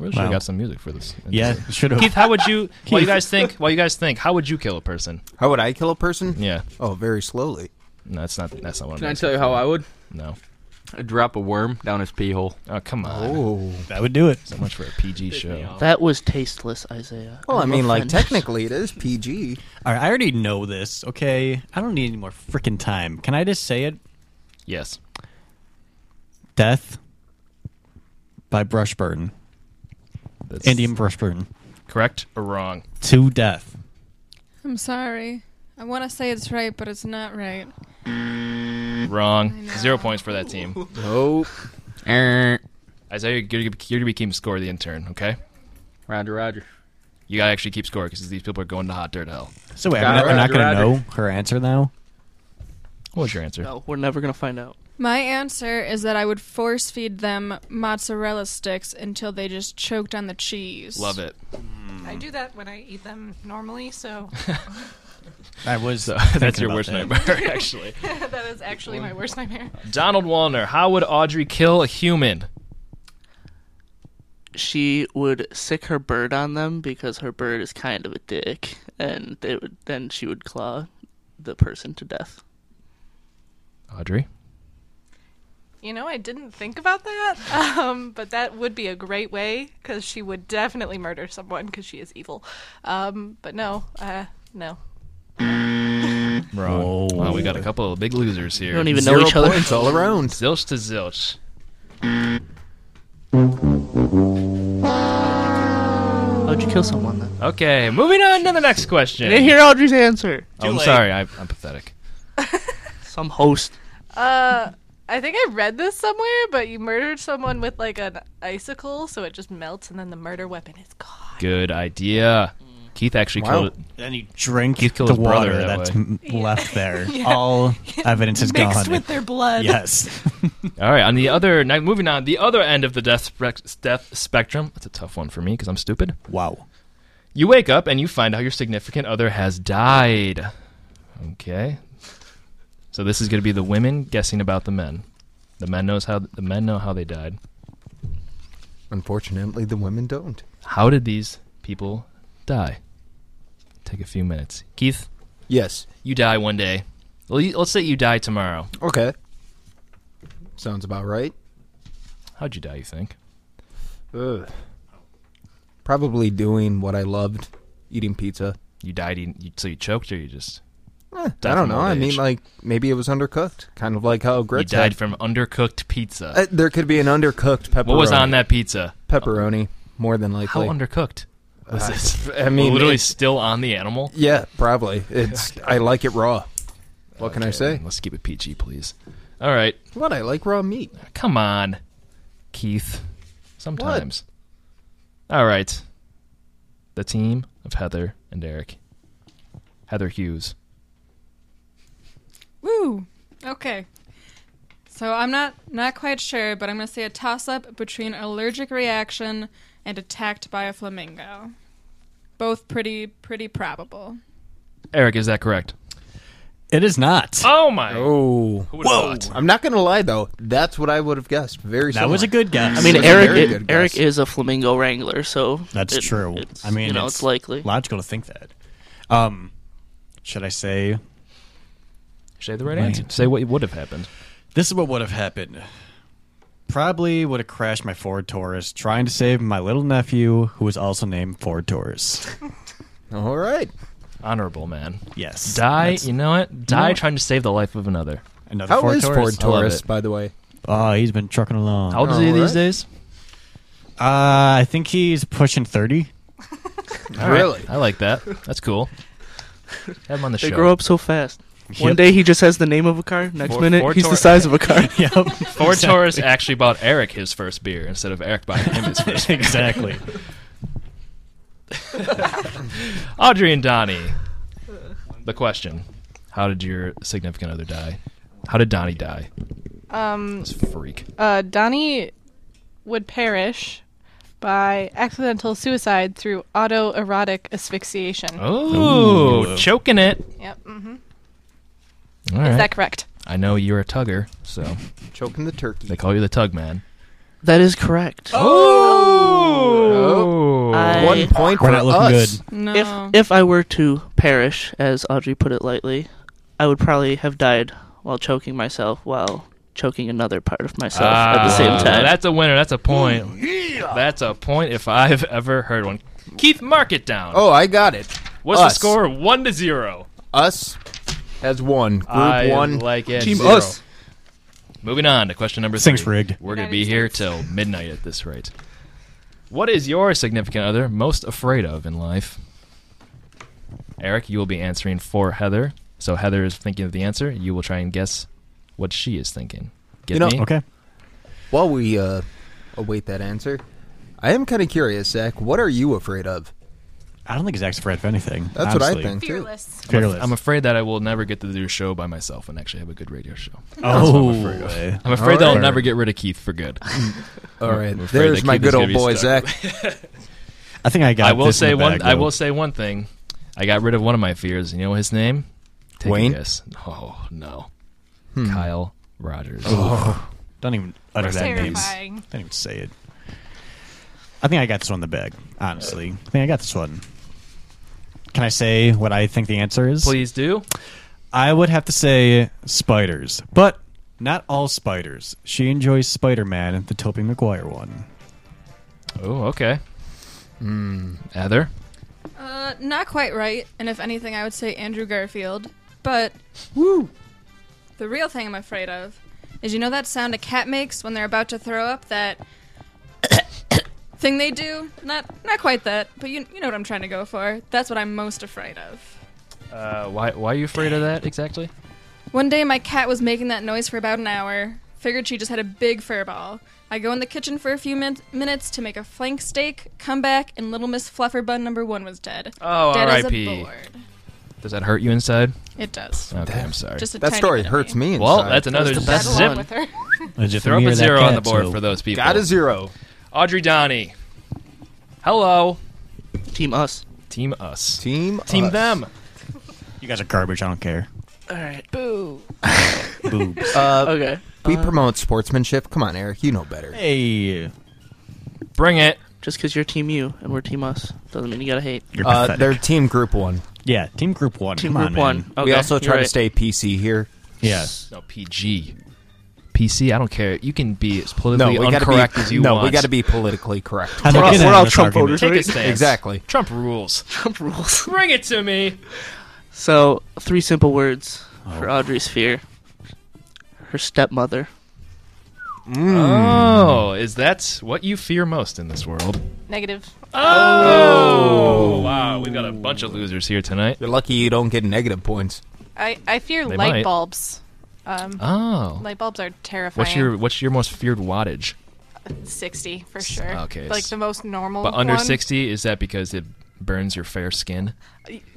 Speaker 5: Really should have
Speaker 7: Wow.
Speaker 5: got some music for this.
Speaker 7: Yeah, should have.
Speaker 5: Keith, how would you? While you guys think, while you guys think, how would you kill a person?
Speaker 6: How would I kill a person?
Speaker 5: Yeah,
Speaker 6: Oh, very slowly.
Speaker 5: no, that's not. That's not what.
Speaker 8: Can
Speaker 5: I'm
Speaker 8: I
Speaker 5: asking
Speaker 8: tell you how
Speaker 5: for.
Speaker 8: I would?
Speaker 5: No.
Speaker 8: I'd drop a worm down his pee hole.
Speaker 5: Oh come on.
Speaker 6: Oh.
Speaker 7: That would do it.
Speaker 5: So much for a PG show.
Speaker 9: That was tasteless, Isaiah.
Speaker 6: Well, I
Speaker 9: I'm
Speaker 6: mean, like
Speaker 9: offended.
Speaker 6: technically it is PG.
Speaker 7: All right, I already know this. Okay, I don't need any more freaking time. Can I just say it?
Speaker 5: Yes.
Speaker 7: Death by brush burn.
Speaker 5: That's
Speaker 7: Indian brush burn.
Speaker 5: Correct or wrong?
Speaker 7: To death.
Speaker 11: I'm sorry. I want to say it's right, but it's not right.
Speaker 7: Mm.
Speaker 5: Wrong. Zero points for that team.
Speaker 8: Nope.
Speaker 5: Er,
Speaker 8: Err.
Speaker 5: Isaiah, you're going to be keeping score the intern, okay?
Speaker 8: Roger, Roger.
Speaker 5: You got to actually keep score because these people are going to hot dirt hell.
Speaker 7: So wait, I'm
Speaker 8: Roger,
Speaker 7: not, I'm not gonna
Speaker 8: roger,
Speaker 7: know her answer now.
Speaker 5: What was your answer?
Speaker 9: No, we're never gonna find out.
Speaker 11: My answer is that I would force feed them mozzarella sticks until they just choked on the cheese.
Speaker 5: Love it.
Speaker 1: I do that when I eat them normally, so
Speaker 7: I was.
Speaker 5: So
Speaker 7: thinking
Speaker 5: that's your
Speaker 7: about
Speaker 5: worst
Speaker 7: that.
Speaker 5: nightmare, actually.
Speaker 1: that is actually my worst nightmare.
Speaker 5: Donald Wallner, how would Audrey kill a human?
Speaker 9: She would sick her bird on them because her bird is kind of a dick, and they would then she would claw the person to death.
Speaker 5: Audrey?
Speaker 1: You know, I didn't think about that, um, but that would be a great way because she would definitely murder someone because she is evil. Um, but no, uh, no.
Speaker 5: Wrong. Wow, we got a couple of big losers here.
Speaker 9: We don't even
Speaker 6: Zero
Speaker 9: know each other.
Speaker 6: points all around.
Speaker 5: Zilch to zilch.
Speaker 9: How'd you kill someone then?
Speaker 5: Okay, moving on to the next question.
Speaker 9: I didn't hear Audrey's answer.
Speaker 5: Oh, I'm sorry, I, I'm pathetic.
Speaker 9: Some host.
Speaker 1: Uh, I think I read this somewhere, but you murdered someone with like an icicle, so it just melts, and then the murder weapon is gone.
Speaker 5: Good idea.
Speaker 7: Mm.
Speaker 5: Keith actually
Speaker 6: Wow.
Speaker 5: killed it.
Speaker 7: Then he drank
Speaker 5: You killed
Speaker 7: the
Speaker 5: his brother
Speaker 7: water
Speaker 5: that
Speaker 7: that's
Speaker 5: way.
Speaker 7: m left there. All evidence is
Speaker 1: Mixed
Speaker 7: gone.
Speaker 1: with their blood.
Speaker 7: yes.
Speaker 5: All right. On the other, now moving on, the other end of the death spec- death spectrum. That's a tough one for me because I'm stupid.
Speaker 7: Wow.
Speaker 5: You wake up and you find out your significant other has died. Okay. So this is going to be the women guessing about the men. The men knows how the men know how they died.
Speaker 6: Unfortunately, the women don't.
Speaker 5: How did these people die? Take a few minutes. Keith,
Speaker 6: Yes.
Speaker 5: you die one day. Well, you- Let's say you die tomorrow.
Speaker 6: Okay. Sounds about right.
Speaker 5: How'd you die? You think?
Speaker 6: Ugh. Probably doing what I loved, eating pizza.
Speaker 5: You died eating, you, so you choked, or you just?
Speaker 6: Eh, I
Speaker 5: died
Speaker 6: don't
Speaker 5: from
Speaker 6: know.
Speaker 5: old
Speaker 6: I
Speaker 5: age?
Speaker 6: mean, like maybe it was undercooked, kind of like how
Speaker 5: you
Speaker 6: grits.
Speaker 5: died
Speaker 6: had-
Speaker 5: from undercooked pizza.
Speaker 6: Uh, there could be an undercooked pepperoni.
Speaker 5: What was on that pizza?
Speaker 6: Pepperoni, more than likely.
Speaker 5: How undercooked was
Speaker 6: Uh,
Speaker 5: this?
Speaker 6: I mean,
Speaker 5: literally
Speaker 6: it-
Speaker 5: still on the animal.
Speaker 6: Yeah, probably. It's I like it raw. What can I
Speaker 5: Okay,
Speaker 6: say?
Speaker 5: Let's keep it peachy, please. All right.
Speaker 6: What I like raw meat.
Speaker 5: Come on, Keith. Sometimes. All right. The team of Heather and Eric. Heather Hughes.
Speaker 11: Woo. Okay. So I'm not not quite sure, but I'm gonna say a toss up between allergic reaction and attacked by a flamingo. Both pretty pretty probable.
Speaker 5: Eric, is that correct?
Speaker 7: It is not.
Speaker 5: Oh my!
Speaker 6: Oh,
Speaker 5: would've Whoa. thought?
Speaker 6: I'm not gonna lie though. That's what I would have guessed. Very.
Speaker 7: That was
Speaker 6: similar.
Speaker 7: a good guess.
Speaker 9: I mean,
Speaker 6: It was a
Speaker 9: Eric
Speaker 6: very
Speaker 9: it-
Speaker 6: good
Speaker 9: Eric
Speaker 6: guess.
Speaker 9: is a flamingo wrangler, so
Speaker 7: That's
Speaker 9: it-
Speaker 7: true.
Speaker 9: it's-
Speaker 7: I mean,
Speaker 9: you know, it's, likely.
Speaker 7: logical to think that. Um, should I say
Speaker 5: Say the right
Speaker 7: Man.
Speaker 5: answer. Say what would have happened.
Speaker 7: this is what would have happened? Probably would have crashed my Ford Taurus trying to save my little nephew, who was also named Ford Taurus.
Speaker 6: All right.
Speaker 5: Honorable man.
Speaker 7: Yes.
Speaker 5: Die.
Speaker 7: That's-
Speaker 5: you know what? Die
Speaker 7: know what?
Speaker 5: trying to save the life of another.
Speaker 7: Another
Speaker 6: How
Speaker 7: Ford
Speaker 6: is
Speaker 7: Taurus.
Speaker 6: Ford
Speaker 5: I love
Speaker 6: Taurus,
Speaker 5: it.
Speaker 6: by the way?
Speaker 7: Oh, he's been trucking along.
Speaker 5: How old is he
Speaker 6: Alright.
Speaker 5: these days?
Speaker 7: Uh, I think he's pushing thirty.
Speaker 5: All right. I like that. That's cool. Have him on the
Speaker 9: They
Speaker 5: show.
Speaker 9: grow up so fast. One
Speaker 7: Yep.
Speaker 9: day he just has the name of a car. Next
Speaker 5: Ford-
Speaker 9: minute
Speaker 5: Ford
Speaker 9: he's the
Speaker 5: Taurus.
Speaker 9: size of a car.
Speaker 7: yep.
Speaker 5: Ford Taurus actually bought Eric his first beer instead of Eric buying him his first beer.
Speaker 7: exactly.
Speaker 5: Audrey and Donnie. The question: How did your significant other die? How did Donnie die?
Speaker 1: Um,
Speaker 5: This freak.
Speaker 1: uh, Donnie would perish by accidental suicide through autoerotic asphyxiation.
Speaker 5: Oh,
Speaker 7: Ooh.
Speaker 5: choking it.
Speaker 1: Yep. Mm-hmm.
Speaker 5: All right.
Speaker 1: Is that correct?
Speaker 5: I know you're a tugger, so
Speaker 6: Choking the turkey.
Speaker 5: they call you the tug man.
Speaker 9: That is correct.
Speaker 7: Oh,
Speaker 5: Oh.
Speaker 9: I-
Speaker 6: One point
Speaker 7: We're
Speaker 6: for
Speaker 7: not looking
Speaker 6: us.
Speaker 7: good.
Speaker 11: No.
Speaker 9: If if I were to perish, as Audrey put it lightly, I would probably have died while choking myself while choking another part of myself at the same
Speaker 5: Ah,
Speaker 9: time.
Speaker 5: That's a winner. That's a point. That's a point if I've ever heard one. Keith, mark it down.
Speaker 6: Oh, I got it.
Speaker 5: What's the
Speaker 6: us.
Speaker 5: score? One to zero.
Speaker 6: Us has one. Group
Speaker 5: I
Speaker 6: one.
Speaker 5: like it.
Speaker 6: Team
Speaker 5: Zero.
Speaker 6: us.
Speaker 5: Moving on to question number three.
Speaker 7: Thing's rigged.
Speaker 5: We're going to be here till midnight at this rate. What is your significant other most afraid of in life? Eric, you will be answering for Heather. So Heather is thinking of the answer. You will try and guess what she is thinking. Get
Speaker 6: You know-
Speaker 5: me?
Speaker 7: Okay.
Speaker 6: While we uh, await that answer, I am kind of curious, Zach. What are you afraid of?
Speaker 7: I don't think Zach's afraid of anything.
Speaker 6: That's
Speaker 7: honestly.
Speaker 6: what I think. too.
Speaker 1: Fearless.
Speaker 7: Fearless.
Speaker 5: I'm afraid that I will never get to do a show by myself and actually have a good radio show.
Speaker 7: oh,
Speaker 5: I'm afraid
Speaker 6: All
Speaker 5: that I'll
Speaker 6: right.
Speaker 5: never get rid of Keith for good.
Speaker 6: All right,
Speaker 5: I'm afraid
Speaker 6: there's
Speaker 5: that
Speaker 6: my
Speaker 5: kid
Speaker 6: good
Speaker 5: is gonna
Speaker 6: old
Speaker 5: be
Speaker 6: boy Zach.
Speaker 5: stuck.
Speaker 7: I think I got.
Speaker 5: I will
Speaker 7: this in
Speaker 5: say
Speaker 7: the
Speaker 5: one.
Speaker 7: bag,
Speaker 5: I
Speaker 7: though.
Speaker 5: will say one thing. I got rid of one of my fears. You know his name? Take
Speaker 6: Wayne?
Speaker 5: A guess. Oh no, Kyle Rogers.
Speaker 7: Don't even utter that name. Don't
Speaker 1: Terrifying.
Speaker 7: even say it. I think I got this one in the bag. Honestly, I think I got this one. Can I say what I think the answer is?
Speaker 5: Please do.
Speaker 7: I would have to say spiders, but not all spiders. She enjoys Spider-Man, the Tobey Maguire one.
Speaker 5: Oh, okay. Heather.
Speaker 11: Uh, not quite right, and if anything, I would say Andrew Garfield. But the real thing I'm afraid of is you know that sound a cat makes when they're about to throw up that thing they do. Not not quite that, but you you know what I'm trying to go for. That's what I'm most afraid of.
Speaker 5: Uh, why why are you afraid of that exactly?
Speaker 11: One day, my cat was making that noise for about an hour. Figured she just had a big fur ball. I go in the kitchen for a few min- minutes to make a flank steak, come back, and Little Miss Flufferbun number one was dead.
Speaker 5: Oh,
Speaker 11: dead as a
Speaker 5: R.I.P..
Speaker 11: board.
Speaker 5: Does that hurt you inside?
Speaker 11: It does.
Speaker 5: Okay, I'm sorry.
Speaker 11: Just a
Speaker 6: That
Speaker 11: tiny
Speaker 6: story
Speaker 11: bit of
Speaker 6: hurts me.
Speaker 5: well,
Speaker 6: inside.
Speaker 5: that's another.
Speaker 9: That was the
Speaker 5: That's
Speaker 9: best
Speaker 5: zip.
Speaker 9: one.
Speaker 1: With her.
Speaker 7: Legit,
Speaker 5: Throw up
Speaker 7: mirror
Speaker 5: a
Speaker 7: that
Speaker 5: zero on
Speaker 7: cat,
Speaker 5: the board
Speaker 7: so-
Speaker 5: for those people.
Speaker 6: Got a zero.
Speaker 5: Audrey Donnie. Hello,
Speaker 9: Team us.
Speaker 5: team us.
Speaker 6: Team. uh,
Speaker 5: Team
Speaker 6: us.
Speaker 5: them.
Speaker 7: You guys are garbage. I don't care.
Speaker 9: All right. Boo.
Speaker 7: Boobs.
Speaker 6: Uh,
Speaker 9: Okay.
Speaker 6: we promote sportsmanship. Come on, Eric. You know better.
Speaker 7: hey,
Speaker 5: Bring it.
Speaker 9: Just because you're Team you and we're Team us doesn't mean you gotta hate.
Speaker 7: you're
Speaker 6: Uh,
Speaker 7: pathetic.
Speaker 6: they're team group one.
Speaker 7: Yeah, team group one. Come on, man.
Speaker 9: Oh,
Speaker 6: we also try to stay PC here.
Speaker 7: Yeah.
Speaker 5: No, PG. PC, I don't care. You can be as politically
Speaker 6: we gotta be-
Speaker 5: uncorrect as you
Speaker 6: no,
Speaker 5: want.
Speaker 6: we gotta be politically correct.
Speaker 5: We're
Speaker 6: We're
Speaker 5: all-
Speaker 6: all-
Speaker 5: we're all Trump
Speaker 6: voters,
Speaker 5: Take
Speaker 6: right?
Speaker 5: a stance.
Speaker 6: Exactly.
Speaker 5: Trump rules.
Speaker 9: Trump rules.
Speaker 5: Bring it to me.
Speaker 9: So, three simple words for
Speaker 7: Oh.
Speaker 9: Audrey's fear. Her stepmother.
Speaker 5: Oh, is that what you fear most in this world?
Speaker 1: Negative.
Speaker 5: Oh, wow. We've got a bunch of losers here tonight.
Speaker 6: You're lucky you don't get negative points.
Speaker 1: I, I fear
Speaker 5: They
Speaker 1: light
Speaker 5: might.
Speaker 1: bulbs. Um,
Speaker 5: Oh.
Speaker 1: Light bulbs are terrifying.
Speaker 5: What's your what's your most feared wattage?
Speaker 1: 60 for sure.
Speaker 5: Okay.
Speaker 1: Like the most normal.
Speaker 5: But under
Speaker 1: one.
Speaker 5: 60 is that because it burns your fair skin?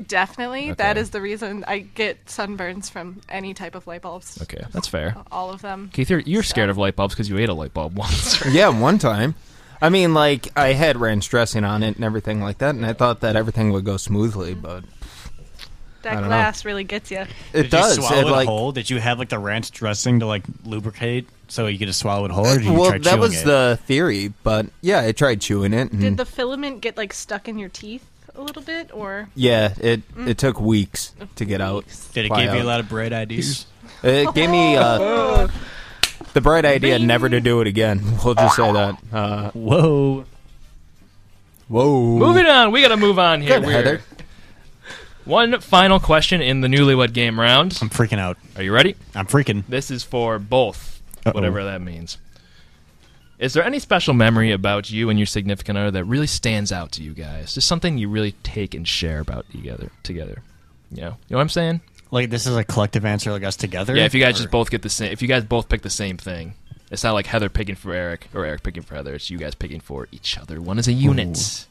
Speaker 1: Definitely. That
Speaker 5: Okay.
Speaker 1: is the reason I get sunburns from any type of light bulbs.
Speaker 5: Okay, that's fair.
Speaker 1: All of them.
Speaker 5: Keith, you're, you're scared of light bulbs because you ate a light bulb once.
Speaker 6: yeah, one time. I mean, like I had ranch dressing on it and everything like that, and I thought that everything would go smoothly, but I
Speaker 1: That
Speaker 6: don't know.
Speaker 1: glass really gets you.
Speaker 6: It
Speaker 7: Did
Speaker 6: does,
Speaker 7: You
Speaker 6: it,
Speaker 7: swallow it,
Speaker 6: like-
Speaker 7: whole? Did you have like the ranch dressing to like lubricate so you could just swallow it whole? Or did you
Speaker 6: well,
Speaker 7: try
Speaker 6: that
Speaker 7: chewing
Speaker 6: was
Speaker 7: it?
Speaker 6: the theory. But yeah, I tried chewing it, and
Speaker 1: Did the filament get like stuck in your teeth a little bit, or
Speaker 6: yeah, it
Speaker 1: Mm.
Speaker 6: it took weeks to get out.
Speaker 7: Did it
Speaker 6: fly
Speaker 7: give you a
Speaker 6: out.
Speaker 7: lot of bright ideas?
Speaker 6: It gave me uh, the bright idea never to do it again. We'll just say that. Uh,
Speaker 7: whoa,
Speaker 6: whoa.
Speaker 5: Moving on. We got to move on here.
Speaker 6: Good,
Speaker 5: We're-
Speaker 6: Heather.
Speaker 5: One final question in the newlywed game round.
Speaker 7: I'm freaking out.
Speaker 5: Are you ready?
Speaker 7: I'm freaking.
Speaker 5: This is for both,
Speaker 7: Uh-oh.
Speaker 5: whatever that means. Is there any special memory about you and your significant other that really stands out to you guys? Just something you really take and share about together. Together, you know, you know what I'm saying?
Speaker 7: Like this is a collective answer, like us together.
Speaker 5: yeah. If you guys
Speaker 7: Or-
Speaker 5: just both get the same, if you guys both pick the same thing, it's not like Heather picking for Eric or Eric picking for Heather. It's you guys picking for each other. One is a unit.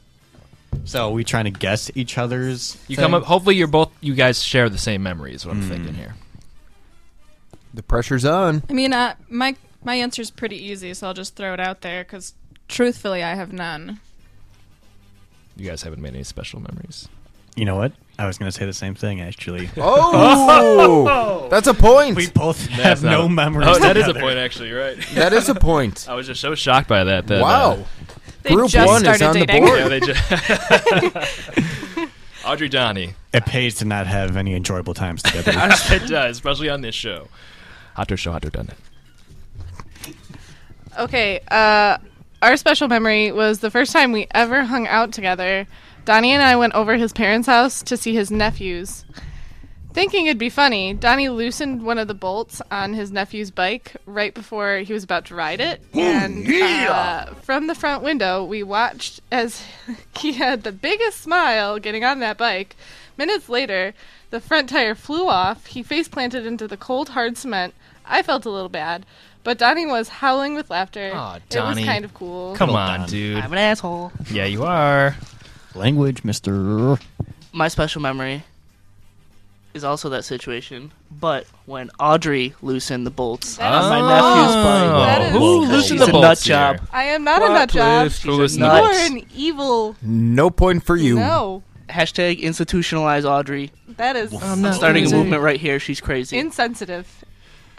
Speaker 7: so are we trying to guess each other's.
Speaker 5: You
Speaker 7: thing?
Speaker 5: come up. Hopefully, you're both. You guys share the same memory. Is what I'm thinking here.
Speaker 6: The pressure's on.
Speaker 11: I mean, uh, my my answer's pretty easy, so I'll just throw it out there because truthfully, I have none.
Speaker 5: You guys haven't made any special memories.
Speaker 7: You know what? I was going to say the same thing actually.
Speaker 6: Oh, that's a point.
Speaker 7: We both
Speaker 5: Oh, That's
Speaker 7: have
Speaker 5: not
Speaker 7: no
Speaker 5: a-
Speaker 7: memories.
Speaker 5: Oh, that is a
Speaker 7: together.
Speaker 5: point, actually. You're right.
Speaker 6: That is a point.
Speaker 7: Oh,
Speaker 5: I was just so shocked by that. that
Speaker 6: wow.
Speaker 5: uh,
Speaker 1: They
Speaker 6: Group
Speaker 1: just
Speaker 6: one is
Speaker 1: started
Speaker 6: on
Speaker 1: dating.
Speaker 6: the board.
Speaker 5: yeah, they just. Audrey Donnie.
Speaker 7: It pays to not have any enjoyable times together.
Speaker 5: it does, especially on this show. Hotter show, hotter done it.
Speaker 1: Okay, uh, our special memory was the first time we ever hung out together. Donnie and I went over his parents' house to see his nephews. Thinking it'd be funny, Donnie loosened one of the bolts on his nephew's bike right before he was about to ride it. and uh, from the front window, we watched as he had the biggest smile getting on that bike. Minutes later, the front tire flew off. He face planted into the cold, hard cement. I felt a little bad, but Donnie was howling with laughter.
Speaker 5: Aw,
Speaker 1: It
Speaker 5: Donnie.
Speaker 1: was kind of cool.
Speaker 5: Come
Speaker 7: Well
Speaker 5: on,
Speaker 7: done.
Speaker 5: dude.
Speaker 9: I'm an asshole.
Speaker 5: Yeah, you are.
Speaker 7: Language, Mister.
Speaker 9: My special memory is also that situation, but when Audrey loosened the bolts
Speaker 1: That is-
Speaker 9: on Oh. my nephew's bike.
Speaker 1: Oh. That is-
Speaker 5: who
Speaker 9: because
Speaker 5: loosened
Speaker 9: she's
Speaker 5: the
Speaker 9: a nut
Speaker 5: bolts
Speaker 9: job.
Speaker 5: here?
Speaker 1: I am not a
Speaker 9: Plot
Speaker 1: nut job.
Speaker 9: twist,
Speaker 5: Who
Speaker 9: she's a
Speaker 5: listened
Speaker 1: You
Speaker 5: to
Speaker 9: nut.
Speaker 5: Nuts.
Speaker 1: are an evil.
Speaker 6: No point for you.
Speaker 1: No,
Speaker 9: Hashtag institutionalize Audrey.
Speaker 1: that is
Speaker 9: I'm starting a
Speaker 1: insane.
Speaker 9: movement right here. She's crazy.
Speaker 1: Insensitive.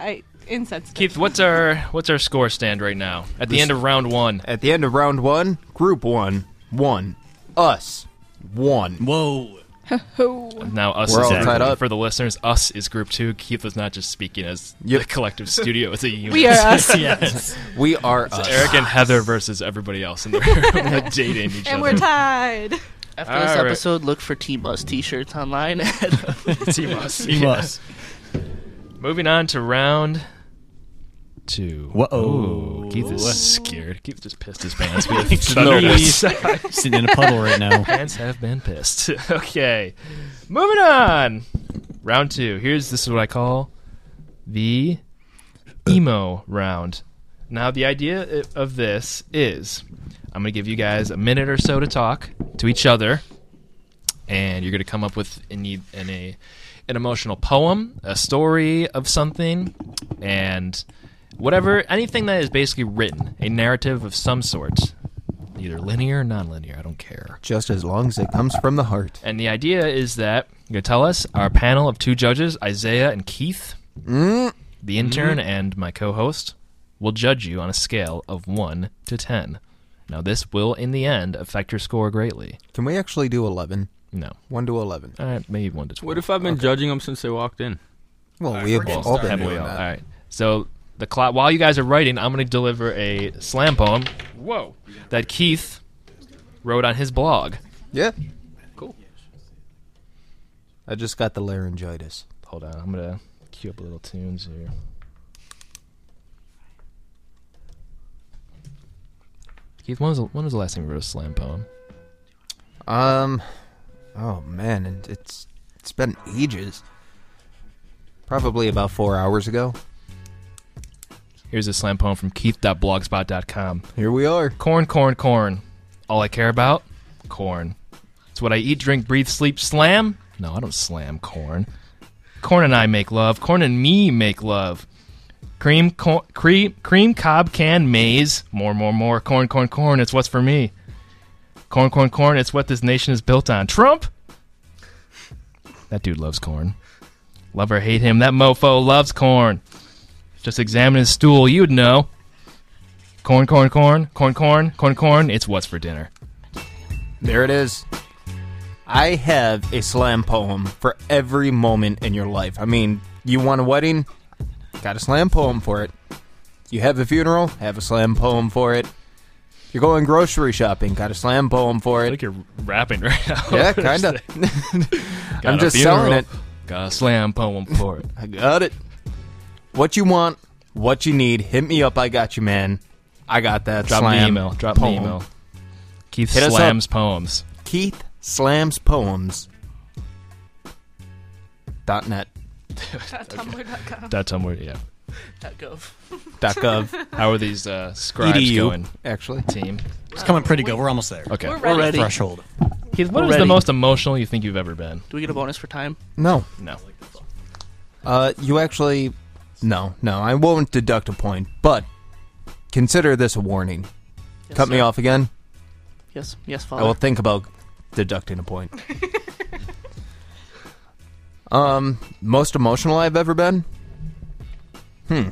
Speaker 1: I insensitive.
Speaker 5: Keith, what's our what's our score stand right now at the end of round one?
Speaker 6: At the end of round one, group one, one, us, one.
Speaker 7: Whoa.
Speaker 5: Now us
Speaker 6: We're
Speaker 5: is
Speaker 6: all
Speaker 5: group-
Speaker 6: tied up.
Speaker 5: for the listeners. Us is group two. Keith was not just speaking as
Speaker 6: Yep.
Speaker 5: the collective studio as a unit.
Speaker 1: We are us,
Speaker 7: Yes.
Speaker 6: We are us.
Speaker 5: Eric and Heather versus everybody else in the room dating each
Speaker 1: and
Speaker 5: other.
Speaker 1: we're tied.
Speaker 9: After this
Speaker 5: Alright.
Speaker 9: episode, look for T Bus t shirts online.
Speaker 5: Team us.
Speaker 7: Team
Speaker 5: Yeah.
Speaker 7: us.
Speaker 5: Moving on to round two.
Speaker 7: Whoa.
Speaker 5: Ooh, Keith is scared. Keith just pissed his pants. We have
Speaker 7: He's
Speaker 5: thunderous-
Speaker 7: sitting in a puddle right now.
Speaker 5: pants have been pissed. okay. Moving on. Round two. Here's this is what I call the emo round. Now the idea i- of this is I'm gonna give you guys a minute or so to talk to each other, and you're gonna come up with an, e- an a an emotional poem, a story of something, and whatever anything that is basically written, a narrative of some sort, either linear or nonlinear. I don't care.
Speaker 6: Just as long as it comes from the heart.
Speaker 5: And the idea is that you're going to tell us our panel of two judges, Isaiah and Keith,
Speaker 6: Mm.
Speaker 5: the intern and my co host, will judge you on a scale of 1 to 10. Now, this will, in the end, affect your score greatly.
Speaker 6: Can we actually do 11?
Speaker 5: No.
Speaker 6: 1 to 11.
Speaker 5: All right, maybe 1 to 12.
Speaker 8: What if I've been judging them since they walked in?
Speaker 6: Well,
Speaker 8: All
Speaker 6: we
Speaker 8: we're
Speaker 6: have
Speaker 8: getting
Speaker 6: all
Speaker 8: started.
Speaker 6: been
Speaker 5: Have we
Speaker 6: doing
Speaker 5: all?
Speaker 6: that.
Speaker 5: All right. So the clock. While you guys are writing, I'm going to deliver a slam poem.
Speaker 8: Whoa.
Speaker 5: That Keith wrote on his blog.
Speaker 6: Yeah.
Speaker 8: Cool.
Speaker 6: I just got the laryngitis.
Speaker 5: Hold on, I'm gonna cue up a little tunes here. Keith, when was the, when was the last time you wrote a slam poem?
Speaker 6: Um, oh man, and it's it's been ages. Probably about four hours ago.
Speaker 5: Here's a slam poem from keith.blogspot.com.
Speaker 6: Here we are.
Speaker 5: Corn, corn, corn. All I care about? Corn. It's what I eat, drink, breathe, sleep, slam? No, I don't slam corn. Corn and I make love. Corn and me make love. Cream, corn, cream, cream, cob, can, maize. More, more, more. Corn, corn, corn. It's what's for me. Corn, corn, corn. It's what this nation is built on. Trump? That dude loves corn. Love or hate him, that mofo loves corn. Just examine his stool, you'd know. Corn, corn, corn, corn, corn, corn, corn. It's what's for dinner.
Speaker 6: There it is. I have a slam poem for every moment in your life. I mean, you want a wedding? Got a slam poem for it. You have a funeral? Have a slam poem for it. You're going grocery shopping? Got a slam poem for it.
Speaker 5: Like you're rapping right now.
Speaker 6: Yeah, kind of.
Speaker 5: Got
Speaker 6: I'm
Speaker 5: a
Speaker 6: just
Speaker 5: funeral,
Speaker 6: selling it.
Speaker 5: Got a slam poem for it.
Speaker 6: I got it. What you want, what you need, hit me up. I got you, man. I got that.
Speaker 5: Drop me
Speaker 6: slam
Speaker 5: an email. Drop me
Speaker 6: poem.
Speaker 5: an email. Keith
Speaker 6: Hit us up.
Speaker 5: slams poems.
Speaker 6: Keith slams poems. Dot net.
Speaker 1: Tumblr.com.
Speaker 5: Dot Tumblr, yeah.
Speaker 1: Gov.
Speaker 6: Dot gov.
Speaker 5: How are these uh, scribes
Speaker 6: EDU,
Speaker 5: going?
Speaker 6: Actually,
Speaker 5: team.
Speaker 7: It's coming pretty good. We're almost there.
Speaker 5: Okay. We're
Speaker 1: ready. We're ready.
Speaker 7: Threshold.
Speaker 5: Keith, what
Speaker 1: We're
Speaker 5: is the
Speaker 1: ready.
Speaker 5: most emotional you think you've ever been?
Speaker 9: Do we get a bonus for time?
Speaker 6: No.
Speaker 5: No.
Speaker 6: Uh, you actually. No, no, I won't deduct a point, but consider this a warning.
Speaker 9: Yes,
Speaker 6: Cut me
Speaker 9: sir.
Speaker 6: off again.
Speaker 9: Yes, yes,
Speaker 6: I will
Speaker 9: Father.
Speaker 6: think about deducting a point. um, most emotional I've ever been. Hmm.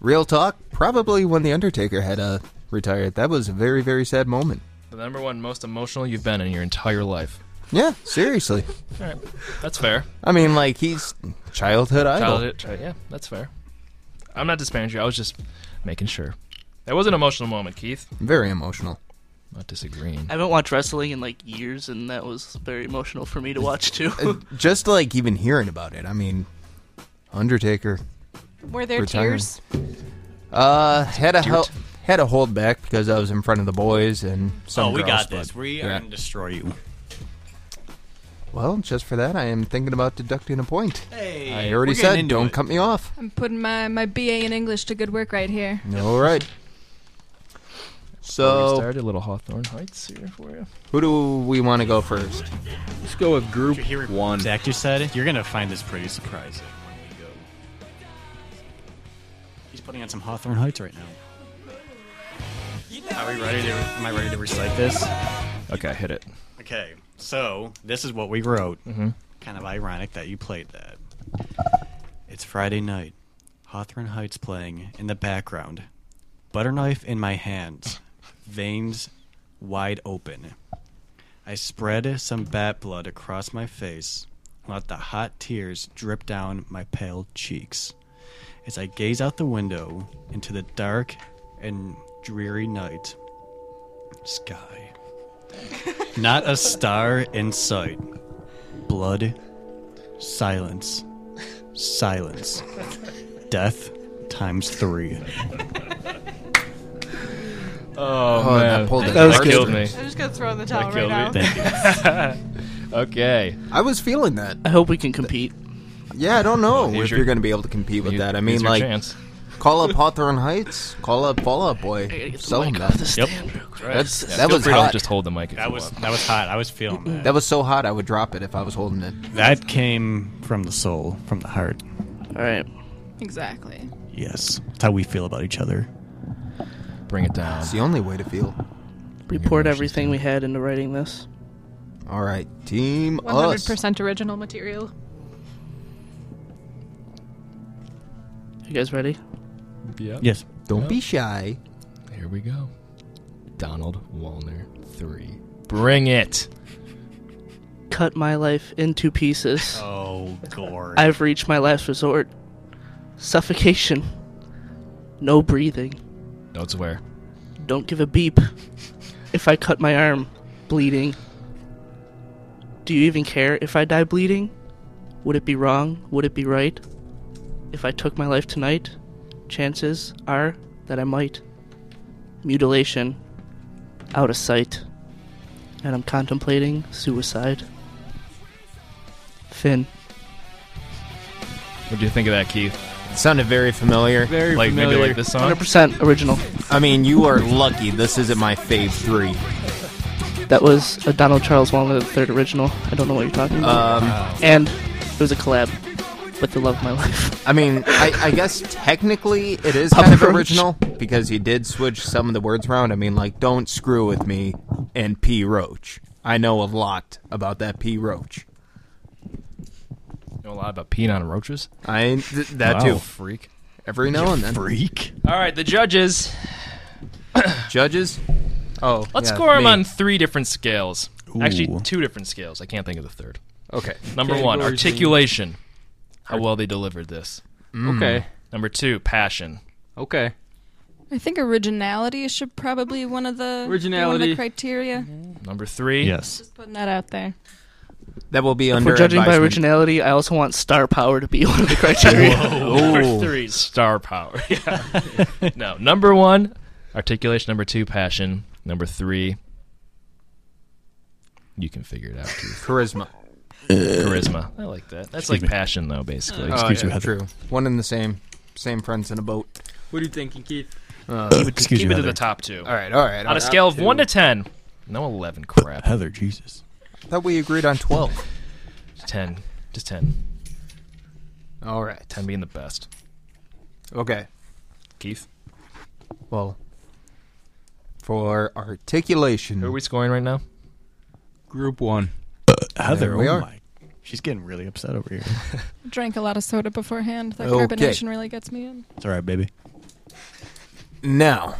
Speaker 6: Real talk, probably when the Undertaker had uh retired. That was a very very sad moment.
Speaker 5: The number one most emotional you've been in your entire life.
Speaker 6: Yeah, seriously.
Speaker 5: All right. That's fair.
Speaker 6: I mean, like he's childhood idol.
Speaker 5: Childhood, tri- yeah, that's fair. I'm not disparaging you. I was just making sure. That was an emotional moment, Keith.
Speaker 6: Very emotional.
Speaker 5: Not disagreeing.
Speaker 9: I haven't watched wrestling in like years, and that was very emotional for me to watch too.
Speaker 6: Uh, Just like even hearing about it. I mean, Undertaker.
Speaker 1: Were there
Speaker 6: Retiring.
Speaker 1: tears?
Speaker 6: Uh, had a
Speaker 5: Dirt.
Speaker 6: hel- had a hold back because I was in front of the boys and some
Speaker 7: oh, we
Speaker 6: girls,
Speaker 7: got
Speaker 6: but-
Speaker 7: this. We
Speaker 6: yeah.
Speaker 7: are gonna destroy you.
Speaker 6: Well, just for that, I am thinking about deducting a point.
Speaker 7: Hey,
Speaker 6: I
Speaker 7: we're
Speaker 6: already
Speaker 7: getting
Speaker 6: said,
Speaker 7: into
Speaker 6: don't
Speaker 7: it.
Speaker 6: cut me off.
Speaker 11: I'm putting my, my BA in English to good work right here.
Speaker 6: All right.
Speaker 5: We
Speaker 6: So,
Speaker 5: started a little Hawthorne Heights here for you.
Speaker 6: who do we want to go first?
Speaker 8: Let's go with group one.
Speaker 7: Zach just said it. You're gonna find this pretty surprising when we go. He's putting on some Hawthorne Heights right now. Are we ready to? Am I ready to recite this?
Speaker 5: Okay, hit it.
Speaker 7: Okay, so this is what we wrote. Kind of ironic that you played that. It's Friday night. Hawthorne Heights playing in the background. Butter knife in my hands, veins wide open. I spread some bat blood across my face and let the hot tears drip down my pale cheeks. As I gaze out the window into the dark and dreary night sky. Not a star in sight. Blood. Silence. Silence. Death times three.
Speaker 5: Oh,
Speaker 6: Oh, that
Speaker 5: man.
Speaker 6: pulled it.
Speaker 5: That
Speaker 6: That
Speaker 5: killed
Speaker 6: killed
Speaker 5: me.
Speaker 1: I'm just gonna throw in the towel right
Speaker 5: killed
Speaker 1: now.
Speaker 5: me. Okay.
Speaker 6: I was feeling that.
Speaker 9: I hope we can compete.
Speaker 6: Yeah, I don't know
Speaker 5: here's
Speaker 6: if
Speaker 5: your-
Speaker 6: you're going to be able to compete with
Speaker 5: You-
Speaker 6: that. I
Speaker 5: here's
Speaker 6: mean,
Speaker 5: your
Speaker 6: like,
Speaker 5: chance.
Speaker 6: call up Hawthorne Heights, call up Fallout
Speaker 9: I gotta
Speaker 6: Boy,
Speaker 9: get the
Speaker 6: sell 'em
Speaker 9: mic off
Speaker 6: that.
Speaker 9: this
Speaker 5: Yep.
Speaker 9: stand real quick.
Speaker 6: That's,
Speaker 5: Yeah,
Speaker 6: that
Speaker 5: feel
Speaker 6: was
Speaker 5: free to
Speaker 6: hot.
Speaker 5: just hold the mic. If
Speaker 7: That
Speaker 5: you
Speaker 7: was
Speaker 5: want.
Speaker 7: that was hot. I was feeling that.
Speaker 6: That was so hot, I would drop it if I was holding it.
Speaker 7: That came from the soul, from the heart.
Speaker 9: All right.
Speaker 11: Exactly.
Speaker 7: Yes. That's how we feel about each other.
Speaker 5: bring it down.
Speaker 6: It's the only way to feel.
Speaker 9: We
Speaker 5: your
Speaker 9: poured
Speaker 5: emotions
Speaker 9: everything
Speaker 5: down.
Speaker 9: we had into writing this.
Speaker 6: All right, team us.
Speaker 1: 100% original material.
Speaker 9: You guys ready?
Speaker 5: Yeah.
Speaker 7: Yes.
Speaker 6: Don't be shy.
Speaker 5: Here we go. Donald Walner three. Bring it.
Speaker 9: cut my life into pieces.
Speaker 7: Oh, Gord.
Speaker 9: I've reached my last resort. Suffocation. No breathing.
Speaker 5: No swear.
Speaker 9: Don't give a beep. If I cut my arm, bleeding. Do you even care if I die bleeding? Would it be wrong? Would it be right? If I took my life tonight, chances are that I might. Mutilation. Out of sight. And I'm contemplating suicide. Finn.
Speaker 5: What do you think of that, Keith?
Speaker 6: sounded very familiar.
Speaker 9: Very
Speaker 5: Like, maybe familiar. like this song?
Speaker 9: 100% original.
Speaker 6: I mean, you are lucky. This isn't my fave three.
Speaker 9: That was a Donald Charles Wallen the Third original. I don't know what you're talking about.
Speaker 6: Um,
Speaker 9: and it was a collab with the love of my life.
Speaker 6: I mean, I, I guess technically it is
Speaker 9: Papa
Speaker 6: kind of
Speaker 9: Roach.
Speaker 6: original because he did switch some of the words around. I mean, like, don't screw with me and P. Roach. I know a lot about that P. Roach.
Speaker 5: Know a lot about peeing on roaches.
Speaker 6: I th- that
Speaker 5: Wow,
Speaker 6: too.
Speaker 5: freak.
Speaker 6: Every now
Speaker 5: You
Speaker 6: and then.
Speaker 5: freak. All right, the judges.
Speaker 6: Judges. Oh,
Speaker 5: Let's
Speaker 6: yeah,
Speaker 5: score them
Speaker 6: me.
Speaker 5: on three different scales. Actually,
Speaker 7: Ooh.
Speaker 5: two different scales. I can't think of the third.
Speaker 6: Okay.
Speaker 5: Number
Speaker 8: Categories
Speaker 5: one,
Speaker 8: being-
Speaker 5: articulation. How well they delivered this.
Speaker 6: Mm.
Speaker 7: Mm.
Speaker 8: Okay.
Speaker 5: Number two, passion.
Speaker 8: Okay.
Speaker 11: I think originality should probably one of the one of
Speaker 8: Originality.
Speaker 11: the criteria.
Speaker 5: Number three,
Speaker 7: Yes.
Speaker 11: Just putting that out there.
Speaker 6: That will be
Speaker 9: If
Speaker 6: under
Speaker 9: we're judging by
Speaker 6: advisement.
Speaker 9: originality, I also want star power to be one of the criteria.
Speaker 6: Oh,
Speaker 5: Number three, star power. Yeah. no, number one, articulation. Number two, passion. Number three, you can figure it out. Keith.
Speaker 6: Charisma.
Speaker 5: Charisma. I like that. That's like
Speaker 7: me.
Speaker 5: passion, though, basically.
Speaker 6: Oh,
Speaker 7: Excuse me,
Speaker 6: yeah,
Speaker 7: Heather.
Speaker 6: True. One and the same. Same friends in a boat.
Speaker 8: What are you thinking, Keith?
Speaker 7: Excuse
Speaker 5: Keep
Speaker 7: me,
Speaker 5: it to
Speaker 7: Heather.
Speaker 5: the top two.
Speaker 6: All right. All right.
Speaker 5: On a scale of one to ten, no eleven. Crap.
Speaker 7: Heather, Jesus.
Speaker 6: I thought we agreed on twelve.
Speaker 5: Ten. Just ten.
Speaker 6: All right.
Speaker 5: Ten being the best.
Speaker 6: Okay.
Speaker 5: Keith,
Speaker 6: Well, for articulation,
Speaker 5: who
Speaker 8: Mm.
Speaker 5: are we scoring right now?
Speaker 8: Group one.
Speaker 7: Heather,
Speaker 6: we
Speaker 7: oh
Speaker 6: are.
Speaker 7: my. She's getting really upset over here.
Speaker 11: Drank a lot of soda beforehand. That
Speaker 6: Okay.
Speaker 11: carbonation really gets me in.
Speaker 7: It's all right, baby.
Speaker 6: now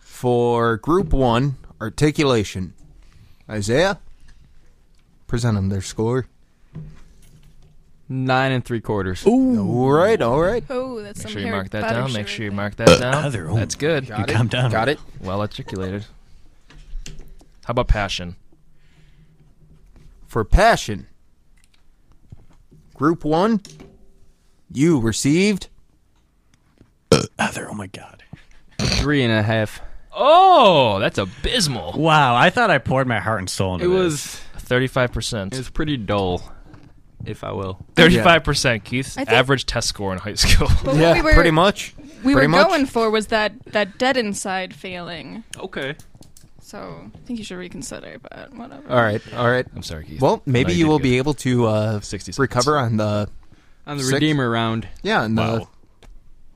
Speaker 6: for group one articulation, Isaiah, present them their score.
Speaker 8: Nine and three quarters.
Speaker 6: All right. All right.
Speaker 11: Oh, that's
Speaker 5: Make
Speaker 11: some
Speaker 5: sure you
Speaker 11: Harry
Speaker 5: mark that
Speaker 11: Potter
Speaker 5: down.
Speaker 11: shit
Speaker 5: Make
Speaker 11: right
Speaker 5: sure you
Speaker 11: there.
Speaker 5: mark that down.
Speaker 7: Heather, oh
Speaker 5: That's
Speaker 7: my
Speaker 5: good.
Speaker 7: You calm down.
Speaker 6: Got it.
Speaker 5: Well articulated. How about passion?
Speaker 6: For passion, group one, you received
Speaker 7: Heather, oh my God.
Speaker 8: Three and a half.
Speaker 5: Oh, that's abysmal.
Speaker 7: Wow, I thought I poured my heart and soul into
Speaker 8: It
Speaker 7: this.
Speaker 8: was.
Speaker 5: Thirty-five percent.
Speaker 8: It was pretty dull, if I will.
Speaker 5: Thirty-five percent, Keith.
Speaker 11: I think-
Speaker 5: Average test score in high school.
Speaker 11: But
Speaker 6: yeah,
Speaker 11: what we were,
Speaker 6: pretty much. pretty
Speaker 11: we were
Speaker 6: much.
Speaker 11: going for was that that dead inside feeling.
Speaker 8: Okay.
Speaker 11: So I think you should reconsider, but whatever.
Speaker 6: All right. All right.
Speaker 5: I'm sorry, Keith.
Speaker 6: Well, maybe
Speaker 5: No,
Speaker 6: you
Speaker 5: did
Speaker 6: will
Speaker 5: good.
Speaker 6: be able to uh,
Speaker 5: 60 seconds.
Speaker 6: recover on the
Speaker 8: On the
Speaker 6: Six.
Speaker 8: Redeemer round.
Speaker 6: yeah on the
Speaker 7: Wow.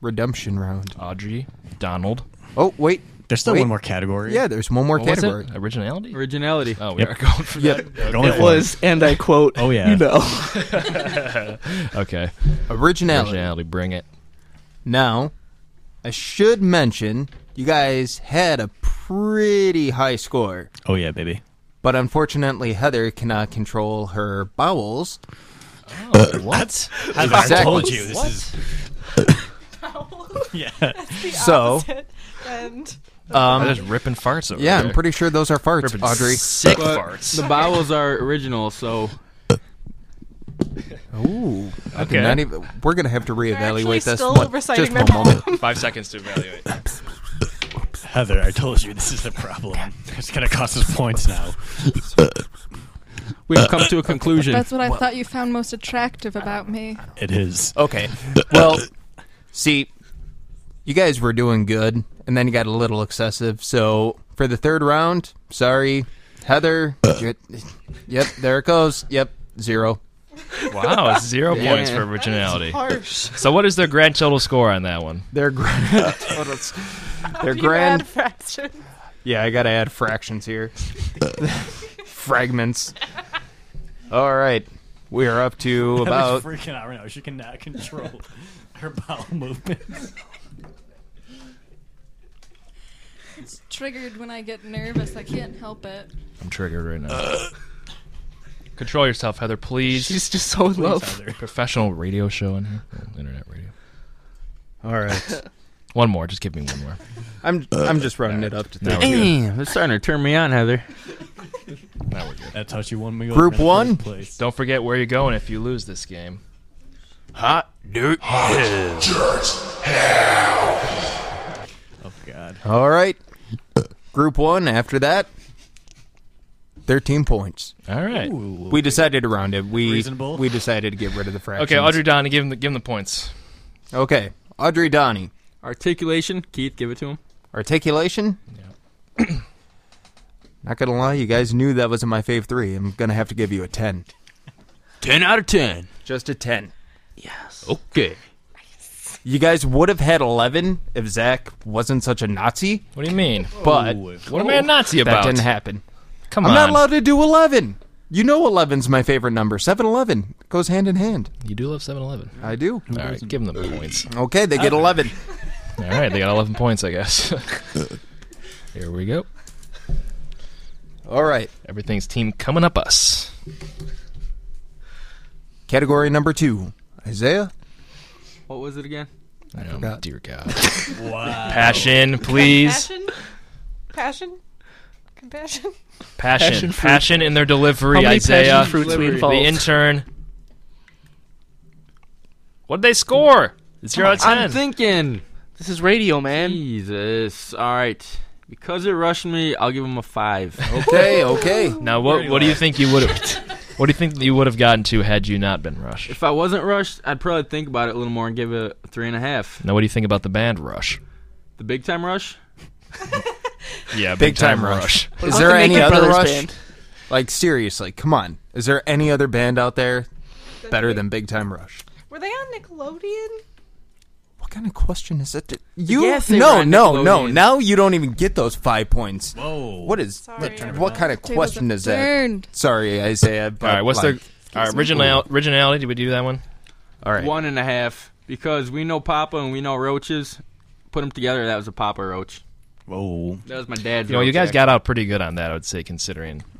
Speaker 6: redemption round.
Speaker 5: Audrey, Donald.
Speaker 6: Oh wait,
Speaker 7: There's still
Speaker 6: Wait.
Speaker 7: one more category.
Speaker 6: yeah, there's one more
Speaker 5: What was
Speaker 6: category.
Speaker 5: it? Originality.
Speaker 8: Originality.
Speaker 5: Oh, we
Speaker 7: Yep.
Speaker 5: are going for
Speaker 6: Yep.
Speaker 7: Going for
Speaker 9: it was, and I quote,
Speaker 7: Oh, yeah.
Speaker 9: you know.
Speaker 5: that. Okay.
Speaker 6: Originality.
Speaker 5: Originality. Bring it.
Speaker 6: Now, I should mention you guys had a pretty high score,
Speaker 7: Oh, yeah, baby.
Speaker 6: but unfortunately Heather cannot control her bowels.
Speaker 5: Oh, what?
Speaker 7: Heather, I
Speaker 6: Exactly.
Speaker 7: told you this
Speaker 5: What?
Speaker 7: is. yeah.
Speaker 6: So,
Speaker 5: I'm
Speaker 6: um,
Speaker 5: just Oh, ripping farts over
Speaker 6: yeah,
Speaker 5: there.
Speaker 6: I'm pretty sure those are farts,
Speaker 5: ripping
Speaker 6: Audrey.
Speaker 5: Sick
Speaker 8: But
Speaker 5: farts.
Speaker 8: The bowels are original, so
Speaker 6: Ooh, I did
Speaker 5: Okay.
Speaker 6: not even, we're gonna have to
Speaker 1: actually
Speaker 6: reevaluate this.
Speaker 1: still
Speaker 6: one-
Speaker 1: reciting
Speaker 6: just
Speaker 1: their
Speaker 6: one moment.
Speaker 5: Five seconds to evaluate.
Speaker 7: Heather, I told you this is the problem. It's going to cost us points now.
Speaker 8: we've come to a conclusion.
Speaker 11: That's what I thought you found most attractive about me.
Speaker 7: It is.
Speaker 6: Okay. Well, see, you guys were doing good, and then you got a little excessive. So for the third round, sorry, Heather. you- yep, there it goes. Yep, zero.
Speaker 5: Wow, it's zero
Speaker 8: Yeah.
Speaker 5: points for originality. So, what is their grand total score on that one?
Speaker 6: They're grand. totals. They're grand. Yeah, I gotta add fractions here. Uh. Fragments. All right, we are up to
Speaker 7: Heather's
Speaker 6: about.
Speaker 7: freaking out right now. She cannot control her bowel movements.
Speaker 11: It's triggered when I get nervous. I can't help it.
Speaker 5: Uh. I'm triggered right now. Control yourself, Heather, please.
Speaker 9: She's just so in
Speaker 5: Please,
Speaker 9: love.
Speaker 5: Heather. Professional radio show in here. Well, Internet radio.
Speaker 6: All right. Uh,
Speaker 5: one more. Just give me one more.
Speaker 6: I'm I'm just running it up to
Speaker 5: Now
Speaker 6: three.
Speaker 5: we're good.
Speaker 8: Damn, it's starting to turn me on, Heather.
Speaker 5: Now we're good.
Speaker 7: That's how she won me over.
Speaker 6: Group
Speaker 7: in the
Speaker 6: one?
Speaker 7: first Place.
Speaker 5: Don't forget where you're going if you lose this game.
Speaker 8: Hot dirt.
Speaker 7: Oh God.
Speaker 6: All right. Group one. After that, thirteen points.
Speaker 5: All right.
Speaker 6: We decided to round it. We
Speaker 7: Reasonable.
Speaker 6: we decided to get rid of the fractions.
Speaker 5: Okay, Audrey Donnie, give him the, give him the points.
Speaker 6: Okay, Audrey Donnie.
Speaker 8: Articulation. Keith, give it to him.
Speaker 6: Articulation. Not gonna lie, you guys knew that wasn't my fave three. I'm gonna have to give you a ten.
Speaker 8: 10 out of 10.
Speaker 6: Just a ten.
Speaker 8: Okay.
Speaker 6: You guys would have had eleven if Zach wasn't such a Nazi,
Speaker 5: What do you mean?
Speaker 6: but
Speaker 5: What am I a Nazi
Speaker 6: that
Speaker 5: about?
Speaker 6: didn't happen.
Speaker 5: Come
Speaker 6: I'm
Speaker 5: on.
Speaker 6: not allowed to do 11. You know 11's my favorite number. 7-Eleven goes hand in hand.
Speaker 5: You do love 7-Eleven.
Speaker 6: I do.
Speaker 5: All right, give him the points.
Speaker 6: Okay, they get 11.
Speaker 5: All right, they got 11 points, I guess. Here we go.
Speaker 6: All right.
Speaker 5: Everything's team coming up us.
Speaker 6: Category number 2. Isaiah.
Speaker 8: What was it again?
Speaker 5: I
Speaker 6: forgot.
Speaker 5: Um, Dear God.
Speaker 7: Wow.
Speaker 5: Passion, please.
Speaker 1: Passion? Passion? Compassion?
Speaker 5: Passion. Passion, in their delivery,
Speaker 9: How many
Speaker 5: Isaiah.
Speaker 9: passion fruits we
Speaker 8: Delivery.
Speaker 9: involved?
Speaker 5: The intern. What did they score? Zero out of 10.
Speaker 8: I'm thinking.
Speaker 9: this is radio, man.
Speaker 8: Jesus. All right. Because it rushed me, I'll give him a 5.
Speaker 6: Okay, okay.
Speaker 5: now, what, what do you think you would have... What do you think you would have gotten to had you not been rushed?
Speaker 8: If I wasn't rushed, I'd probably think about it a little more and give it a 3.5.
Speaker 5: Now, what do you think about the band Rush?
Speaker 8: The big time rush?
Speaker 5: Yeah,
Speaker 6: Big Time Rush. Is there
Speaker 9: Like the
Speaker 6: any
Speaker 9: Naked
Speaker 6: other
Speaker 9: Brothers
Speaker 6: rush?
Speaker 9: band.
Speaker 6: Like seriously, come on. Is there any other band out there better than Big Time Rush?
Speaker 1: Were they on Nickelodeon?
Speaker 6: What kind of question is that? You
Speaker 8: Yes, they were
Speaker 6: No,
Speaker 8: on
Speaker 6: no, no.
Speaker 8: Nickelodeon.
Speaker 6: Now you don't even get those 5 points.
Speaker 7: Whoa.
Speaker 6: What is
Speaker 1: Sorry,
Speaker 6: what,
Speaker 1: I
Speaker 6: what kind of
Speaker 11: Tables
Speaker 6: question
Speaker 11: have
Speaker 6: is that?
Speaker 11: turned.
Speaker 6: Sorry, Isaiah. But
Speaker 5: All right, what's
Speaker 6: like,
Speaker 5: their... All right, original, originality, did we do that one?
Speaker 6: All right.
Speaker 8: One and a half. Because we know Papa and we know roaches. Put them together, that was a Papa roach.
Speaker 7: Whoa.
Speaker 8: That was my dad's.
Speaker 5: You know, you
Speaker 8: roach,
Speaker 5: guys got out pretty good on that, I would say, considering
Speaker 8: actually.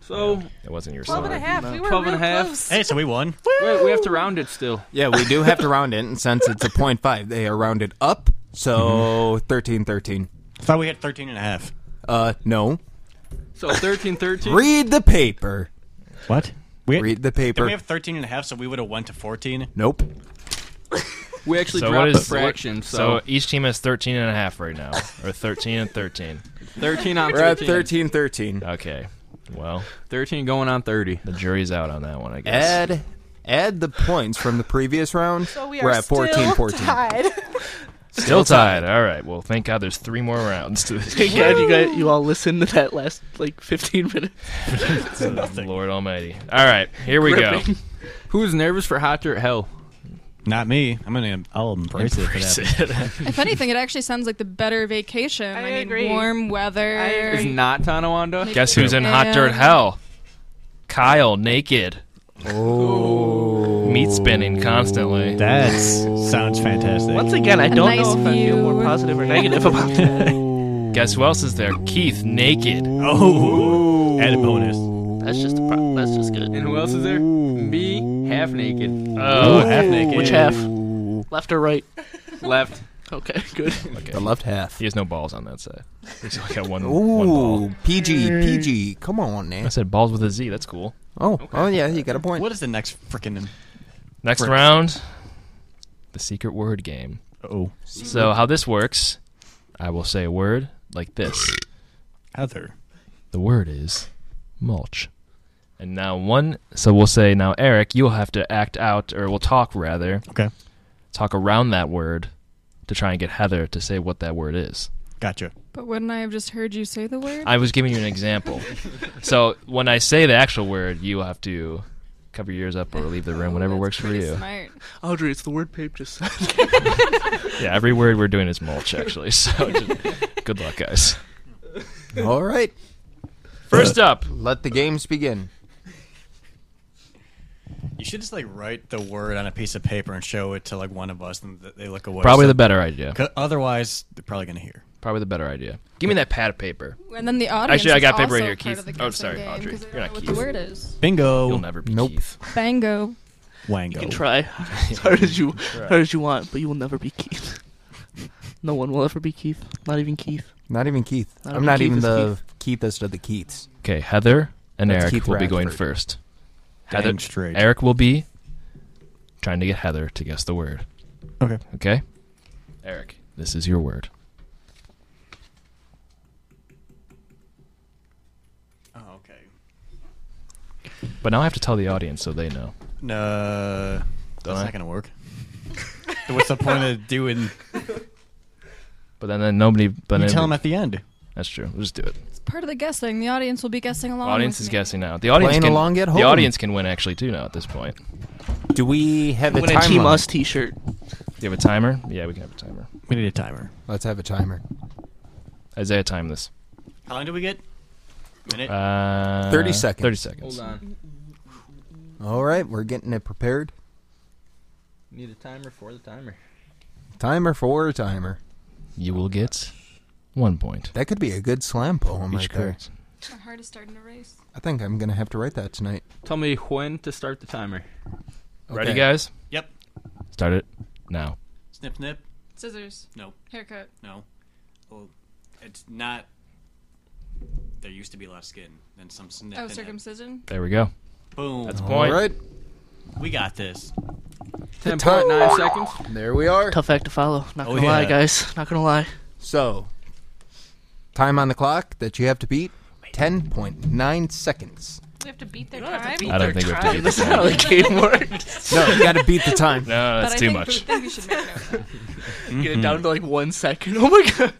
Speaker 8: So
Speaker 5: it wasn't your
Speaker 1: Twelve
Speaker 5: song.
Speaker 1: and a half. We were
Speaker 8: Twelve and
Speaker 1: real
Speaker 8: a half.
Speaker 1: close.
Speaker 7: Hey, so we won.
Speaker 8: wait, we have to round it still.
Speaker 6: Yeah, we do have to round it, and since it's a point five, they are rounded up. So
Speaker 5: Mm-hmm.
Speaker 6: thirteen, thirteen.
Speaker 7: Thought we had 13 and a half.
Speaker 6: Uh, no.
Speaker 8: So 13 13.
Speaker 6: Read the paper.
Speaker 7: What? We had,
Speaker 6: Read the
Speaker 7: did
Speaker 6: paper.
Speaker 7: we have 13 and a half, so we would have went to 14.
Speaker 6: nope.
Speaker 8: we actually
Speaker 5: So what
Speaker 8: dropped
Speaker 5: is
Speaker 8: the fraction.
Speaker 5: So,
Speaker 8: So,
Speaker 5: each team has 13 and a half right now, or 13 and 13.
Speaker 8: 13 on
Speaker 6: We're at
Speaker 8: 13.
Speaker 6: thirteen, thirteen.
Speaker 5: Okay. Well,
Speaker 8: 13 going on 30.
Speaker 5: the jury's out on that one, I guess.
Speaker 9: Eh,
Speaker 6: Add, add the points from the previous round.
Speaker 1: So we
Speaker 6: are
Speaker 1: are
Speaker 6: at 14,
Speaker 1: still
Speaker 6: 14.
Speaker 1: tied.
Speaker 5: Still tied. All right. Well, thank God there's three more rounds to this.
Speaker 9: Thank God you guys, you all listened to that last like 15 minutes.
Speaker 5: Lord Almighty. All right. Here we go.
Speaker 9: Gripping.
Speaker 8: Who's nervous for hot dirt hell?
Speaker 7: Not me. I'm gonna. I'll embrace,
Speaker 5: Embrace
Speaker 7: it.
Speaker 5: it.
Speaker 11: If anything, it actually sounds like the better vacation.
Speaker 1: I
Speaker 11: I, mean,
Speaker 1: agree.
Speaker 11: warm weather.
Speaker 1: I agree.
Speaker 8: Is not Tonawanda?
Speaker 5: Guess who's in hot dirt
Speaker 11: And-
Speaker 5: hell? Kyle, naked. Oh. Meat spinning constantly.
Speaker 7: That sounds fantastic.
Speaker 9: Once again, I don't
Speaker 11: nice
Speaker 9: know if I feel more
Speaker 11: view.
Speaker 9: positive or negative about that.
Speaker 5: Guess who else is there? Keith, naked.
Speaker 7: Oh, add a bonus.
Speaker 9: That's just a pro- that's just
Speaker 8: And
Speaker 9: good.
Speaker 8: who else is there? Me, half naked.
Speaker 5: Oh,
Speaker 7: half naked.
Speaker 9: Which half? Left or right?
Speaker 8: Left.
Speaker 9: Okay, good.
Speaker 5: okay.
Speaker 6: The left half.
Speaker 5: He has no balls on that side. He's only got one, one ball.
Speaker 6: Ooh, PG, PG. Come on,
Speaker 5: I
Speaker 6: man.
Speaker 5: said balls with a Z. That's cool.
Speaker 6: Oh, oh yeah, you got a point.
Speaker 7: What is the next freaking?
Speaker 5: Next
Speaker 7: Bricks.
Speaker 5: round, the secret word game.
Speaker 7: Oh,
Speaker 5: So how this works, I will say a word like this.
Speaker 7: Heather.
Speaker 5: The word is mulch. And now one, so we'll say now Eric, you'll have to act out, or we'll talk rather,
Speaker 7: Okay,
Speaker 5: talk around that word to try and get Heather to say what that word is.
Speaker 7: gotcha.
Speaker 11: But wouldn't I have just heard you say the word?
Speaker 5: I was giving you an example. so when I say the actual word, you will have to cover your ears up or leave the room, whatever
Speaker 11: That's
Speaker 5: works for
Speaker 11: pretty
Speaker 5: you.
Speaker 11: Smart.
Speaker 9: Audrey, it's the word Pape just said.
Speaker 5: Yeah, every word we're doing is mulch actually. So just, good luck, guys.
Speaker 6: All right,
Speaker 5: First up,
Speaker 6: let the games begin.
Speaker 7: You should just like write the word on a piece of paper and show it to like one of us, and th- they look away.
Speaker 5: probably
Speaker 7: So-
Speaker 5: the better idea.
Speaker 7: 'cause Otherwise, they're probably gonna hear.
Speaker 5: Probably the better idea. Give me that pad of paper.
Speaker 11: And then the audience
Speaker 5: Actually, I
Speaker 11: is
Speaker 5: got paper
Speaker 11: also
Speaker 5: right here,
Speaker 11: part
Speaker 5: Keith.
Speaker 11: of the
Speaker 5: oh,
Speaker 11: guessing
Speaker 5: sorry,
Speaker 11: game,
Speaker 5: Audrey.
Speaker 11: 'cause they
Speaker 5: You're
Speaker 11: don't
Speaker 5: not
Speaker 11: know what
Speaker 5: Keith.
Speaker 11: the word is.
Speaker 7: Bingo.
Speaker 5: You'll never be
Speaker 6: Nope.
Speaker 5: Keith.
Speaker 11: Bango.
Speaker 7: Wango.
Speaker 9: You can try as hard as you, hard as you want, but you will never be Keith. No one will ever be Keith. Not even Keith.
Speaker 6: Not even Keith.
Speaker 9: Not
Speaker 6: I'm
Speaker 9: even
Speaker 6: not
Speaker 9: Keith
Speaker 6: even
Speaker 9: is
Speaker 6: the Keithest of the Keiths.
Speaker 5: Okay, Heather and
Speaker 6: That's
Speaker 5: Eric
Speaker 6: Keith
Speaker 5: will be going
Speaker 6: Radford.
Speaker 5: first.
Speaker 7: Dang
Speaker 5: Heather,
Speaker 7: straight.
Speaker 5: Eric will be trying to get Heather to guess the word.
Speaker 7: Okay.
Speaker 5: Okay, Eric, this is your word.
Speaker 7: Oh, okay.
Speaker 5: But now I have to tell the audience so they know.
Speaker 7: No,
Speaker 5: Don't
Speaker 7: uh, that's
Speaker 5: I?
Speaker 7: not gonna work. So What's the point of doing?
Speaker 5: But then, then nobody. But
Speaker 7: you
Speaker 5: then
Speaker 7: tell them at the end.
Speaker 5: That's true. We'll just do it.
Speaker 11: It's part of the guessing. The audience will be guessing along.
Speaker 5: The audience
Speaker 11: with
Speaker 5: is
Speaker 11: me.
Speaker 5: guessing now. The audience
Speaker 6: Playing
Speaker 5: can
Speaker 6: along at home.
Speaker 5: the audience can win actually too now at this point.
Speaker 6: Do we have a
Speaker 9: Win a
Speaker 6: timer?
Speaker 9: Team Us T-shirt.
Speaker 5: Do you have a timer? Yeah, we can have a timer.
Speaker 7: We need a timer.
Speaker 6: Let's have a timer.
Speaker 5: Isaiah, time this.
Speaker 7: How long do we get? Minute.
Speaker 5: Uh,
Speaker 6: 30 seconds.
Speaker 5: Thirty seconds.
Speaker 8: Hold on.
Speaker 6: All right, we're getting it prepared.
Speaker 8: Need a timer for the timer.
Speaker 6: Timer for a timer.
Speaker 5: You will get one point.
Speaker 6: That could be a good slam poem
Speaker 5: Each
Speaker 6: right there.
Speaker 5: correct.
Speaker 11: My heart is starting to race.
Speaker 6: I think I'm gonna have to write that tonight.
Speaker 8: Tell me when to start the timer.
Speaker 5: Ready,
Speaker 6: Okay.
Speaker 5: guys?
Speaker 7: Yep.
Speaker 5: Start it now.
Speaker 7: Snip, snip.
Speaker 11: Scissors.
Speaker 7: No,
Speaker 11: Haircut.
Speaker 7: no. Well, it's not. There used to be a lot of skin. Then some snip.
Speaker 11: Oh,
Speaker 7: and then
Speaker 11: circumcision.
Speaker 5: There we go.
Speaker 7: Boom.
Speaker 5: That's a
Speaker 6: All
Speaker 5: point.
Speaker 6: right,
Speaker 7: we got this.
Speaker 8: Ten point nine seconds.
Speaker 6: there we are.
Speaker 9: Tough act to follow. Not
Speaker 7: Oh,
Speaker 9: gonna lie,
Speaker 7: yeah.
Speaker 9: guys. Not gonna lie.
Speaker 6: So, time on the clock that you have to beat: ten point nine seconds.
Speaker 1: We have to beat their time.
Speaker 5: I don't think we have to beat
Speaker 9: This is how the game works.
Speaker 6: No, you got to beat the time.
Speaker 5: No,
Speaker 11: but
Speaker 5: that's
Speaker 11: I
Speaker 5: too
Speaker 11: think,
Speaker 5: much.
Speaker 11: I think we should make note. of that.
Speaker 9: Get it down to like one second. Oh my god.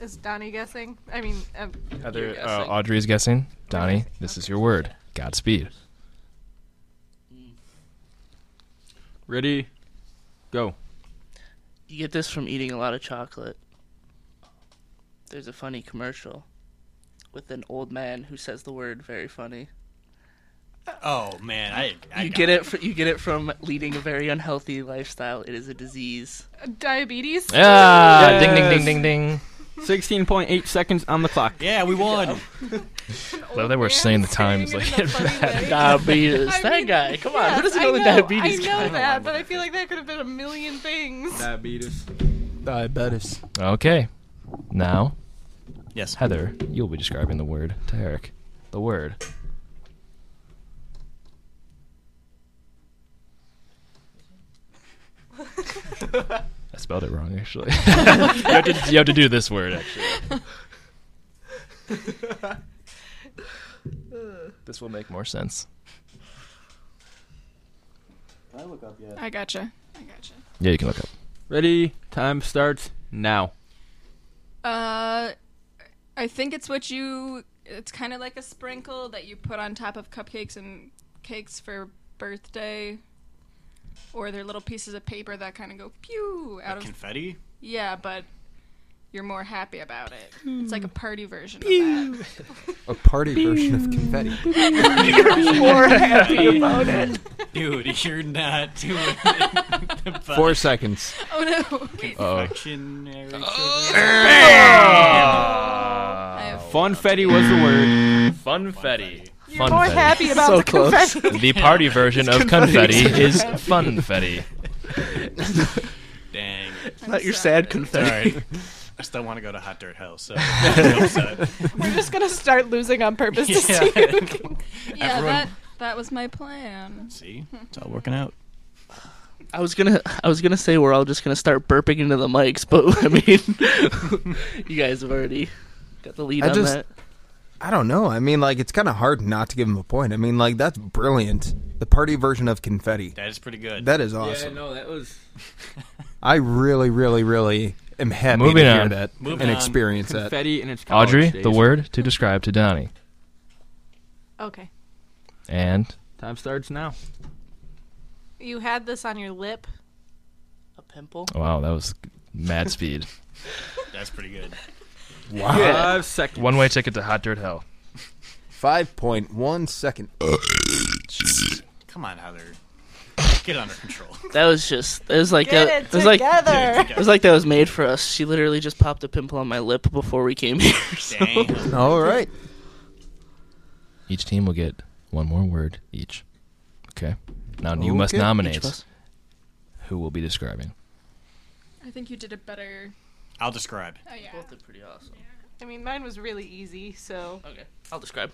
Speaker 1: Is Donnie guessing? I mean, um, you're
Speaker 5: Heather,
Speaker 1: guessing.
Speaker 5: uh, Audrey is guessing. Donnie, this is your word. Godspeed.
Speaker 8: Ready, go.
Speaker 9: You get this from eating a lot of chocolate. There's a funny commercial with an old man who says the word very funny.
Speaker 7: Oh man, I. I
Speaker 9: You
Speaker 7: got
Speaker 9: get it. fr you get it from leading a very unhealthy lifestyle. It is a disease.
Speaker 1: uh, diabetes.
Speaker 5: Ah, ding, ding,
Speaker 8: Yes.
Speaker 5: ding, ding, ding.
Speaker 8: Sixteen point eight seconds on the clock.
Speaker 7: Yeah, we won.
Speaker 5: Love that we're
Speaker 1: man
Speaker 5: saying the
Speaker 1: saying
Speaker 5: times
Speaker 1: it
Speaker 5: like
Speaker 1: in a funny
Speaker 5: that.
Speaker 1: way.
Speaker 9: Diabetes.
Speaker 1: I
Speaker 9: that
Speaker 1: mean,
Speaker 9: guy. Come on.
Speaker 1: yes,
Speaker 9: Who doesn't
Speaker 1: I
Speaker 9: know, the diabetes
Speaker 1: I
Speaker 9: guy?
Speaker 1: know that, but I feel like that could have been a million things.
Speaker 8: Diabetes.
Speaker 6: Uh, Diabetes.
Speaker 5: Okay. Now,
Speaker 7: Yes.
Speaker 5: Heather, you'll be describing the word to Eric. The word. I spelled it wrong, actually. you, have to, you have to do this word, actually. this will make more sense.
Speaker 11: I gotcha. I gotcha.
Speaker 5: Yeah, you can look up.
Speaker 8: Ready, time starts now.
Speaker 11: Uh, I think it's what you. It's kind of like a sprinkle that you put on top of cupcakes and cakes for birthday, or they're little pieces of paper that kind of go pew out of.
Speaker 7: Confetti.
Speaker 11: yeah, but you're more happy about it. It's like a party version of that.
Speaker 6: A party version of confetti.
Speaker 7: Dude, you're not doing
Speaker 6: Four seconds.
Speaker 11: Oh no! Wait,
Speaker 7: confectionery.
Speaker 11: I have
Speaker 8: Funfetti was the word.
Speaker 5: Funfetti.
Speaker 1: You're more happy about
Speaker 9: So
Speaker 1: the
Speaker 9: close.
Speaker 1: confession.
Speaker 5: The party version of confetti is funfetti.
Speaker 7: Dang.
Speaker 9: Not your sad confession.
Speaker 7: Sorry. I still want to go to Hot Dirt Hell, so I'm upset.
Speaker 1: We're just gonna start losing on purpose to see
Speaker 7: Yeah.
Speaker 1: who can.
Speaker 11: yeah,
Speaker 7: Everyone-
Speaker 11: that that was my plan.
Speaker 7: See, it's all working out.
Speaker 9: I was gonna. I was gonna say we're all just gonna start burping into the mics, but I mean, you guys have already got the lead
Speaker 6: I
Speaker 9: on
Speaker 6: just-
Speaker 9: that.
Speaker 6: I don't know. I mean, like it's kind of hard not to give him a point. I mean, like that's brilliant. The party version of confetti.
Speaker 7: That is pretty good.
Speaker 6: That is awesome.
Speaker 8: Yeah, no, that was.
Speaker 6: I really, really, really am happy
Speaker 5: Moving
Speaker 6: to hear
Speaker 5: on.
Speaker 6: that
Speaker 7: Moving
Speaker 6: and
Speaker 7: on.
Speaker 6: experience that.
Speaker 8: Confetti and its college
Speaker 5: Audrey,
Speaker 8: days.
Speaker 5: the word to describe to Donnie.
Speaker 1: Okay.
Speaker 5: And
Speaker 8: Time starts now.
Speaker 1: You had this on your lip.
Speaker 9: A pimple.
Speaker 5: wow, that was mad speed.
Speaker 7: That's pretty good.
Speaker 8: Five seconds.
Speaker 5: One way ticket to hot dirt hell.
Speaker 6: Five point one second.
Speaker 7: Come on, Heather. Get it under control.
Speaker 9: That was just. It was like
Speaker 7: Get
Speaker 9: that.
Speaker 7: it
Speaker 9: was like
Speaker 7: together. Get it together.
Speaker 9: it was like that was made for us. She literally just popped a pimple on my lip before we came here. so-
Speaker 7: Dang.
Speaker 6: All right.
Speaker 5: Each team will get one more word each. Okay. Now you must
Speaker 6: Okay.
Speaker 9: Each of
Speaker 5: nominate
Speaker 9: us.
Speaker 5: who will be describing.
Speaker 1: I think you did it better.
Speaker 7: I'll describe.
Speaker 1: Oh yeah.
Speaker 9: Both did pretty awesome.
Speaker 1: I mean, mine was really easy. So
Speaker 9: Okay, I'll describe.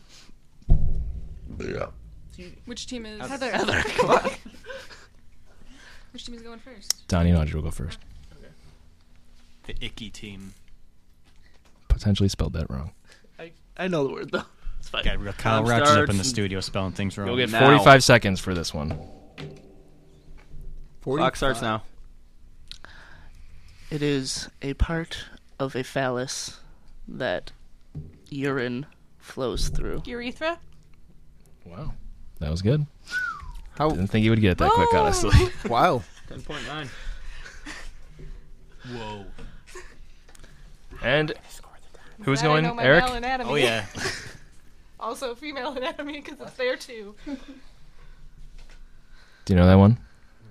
Speaker 11: Which team is
Speaker 1: Heather,
Speaker 11: Which team is going first?
Speaker 5: Donnie and Audrey will go first.
Speaker 7: The icky team.
Speaker 5: Potentially spelled that wrong.
Speaker 9: I I know the word though. It's fine.
Speaker 7: Got real Kyle
Speaker 8: Time
Speaker 7: Rogers up
Speaker 8: starts.
Speaker 7: in the studio spelling things wrong.
Speaker 8: You'll get now.
Speaker 5: 45 seconds for this one.
Speaker 8: Clock starts now.
Speaker 9: It is a part of a phallus that urine flows through.
Speaker 1: urethra.
Speaker 5: Wow. That was good.
Speaker 6: How-
Speaker 5: Didn't think you would get it that quick,
Speaker 1: Oh.
Speaker 5: honestly.
Speaker 6: Wow.
Speaker 8: 10.9.
Speaker 7: Whoa.
Speaker 5: And who's
Speaker 1: Glad I
Speaker 5: going?
Speaker 1: know my male
Speaker 5: Eric?
Speaker 1: anatomy.
Speaker 7: Oh yeah.
Speaker 1: also female anatomy because it's there too.
Speaker 5: Do you know that one?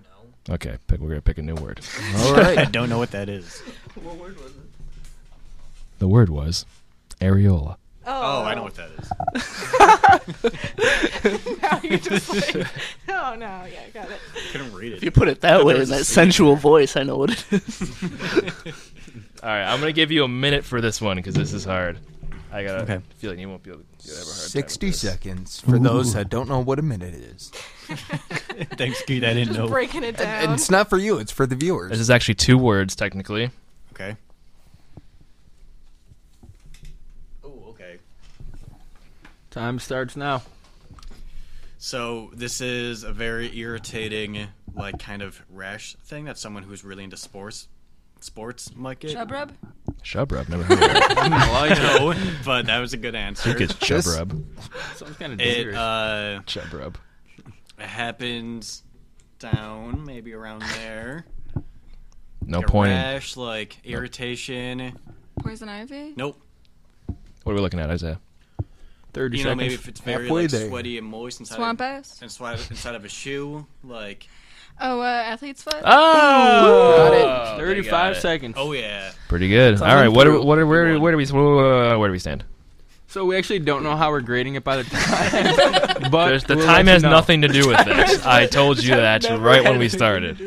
Speaker 5: No. Okay, pick, we're going to pick a new word.
Speaker 6: All
Speaker 7: I
Speaker 6: right.
Speaker 7: don't know what that is.
Speaker 5: The word was areola.
Speaker 7: Oh, I know what that is.
Speaker 1: now you're just like, oh no, yeah, got it.
Speaker 7: Couldn't read it.
Speaker 9: If you put it that way
Speaker 7: there
Speaker 9: in
Speaker 7: was a
Speaker 9: that
Speaker 7: C
Speaker 9: sensual voice, I know what it is.
Speaker 5: All right, I'm going to give you a minute for this one because this is hard. I got to
Speaker 7: Okay.
Speaker 5: feel like you won't be able to you have a hard time with
Speaker 6: 60
Speaker 5: this.
Speaker 6: seconds for those that don't know what a minute is.
Speaker 7: Thanks, Skeet. I didn't
Speaker 1: Just
Speaker 7: know.
Speaker 1: breaking it down.
Speaker 6: And it's not for you, it's for the
Speaker 5: This
Speaker 6: viewers.
Speaker 5: is actually two words, technically.
Speaker 7: Okay. Oh, okay.
Speaker 8: Time starts now.
Speaker 7: So this is a very irritating, like kind of rash thing that someone who's really into sports, sports might get.
Speaker 11: Chub rub?
Speaker 5: Shub rub. Never heard of it.
Speaker 7: I know, but that was a good answer.
Speaker 5: It's chub
Speaker 6: This-
Speaker 5: rub.
Speaker 8: Sounds kind of
Speaker 7: It
Speaker 8: dangerous.
Speaker 7: uh
Speaker 5: Chub rub.
Speaker 7: happens down maybe around there.
Speaker 5: No
Speaker 7: Like a
Speaker 5: point. in-
Speaker 7: Rash, like irritation.
Speaker 11: Poison ivy?
Speaker 7: Nope.
Speaker 5: What are we looking at, Isaiah?
Speaker 8: 30
Speaker 7: You know,
Speaker 8: seconds.
Speaker 7: maybe if it's very
Speaker 6: Halfway
Speaker 7: like,
Speaker 6: there.
Speaker 7: sweaty and moist inside
Speaker 11: Swamp
Speaker 7: of,
Speaker 11: ass?
Speaker 7: and sweat inside of a shoe, like
Speaker 11: Oh, uh, athlete's foot?
Speaker 7: Ah!
Speaker 5: Oh,
Speaker 8: 35 seconds.
Speaker 7: oh yeah.
Speaker 5: Pretty good. All right, what are, what are, where, where do we where do we stand?
Speaker 8: So we actually don't know how we're grading it by the time. but
Speaker 5: There's, the
Speaker 8: we'll let
Speaker 5: time
Speaker 8: you
Speaker 5: has
Speaker 8: know.
Speaker 5: nothing to do with this. I told you that right when we started.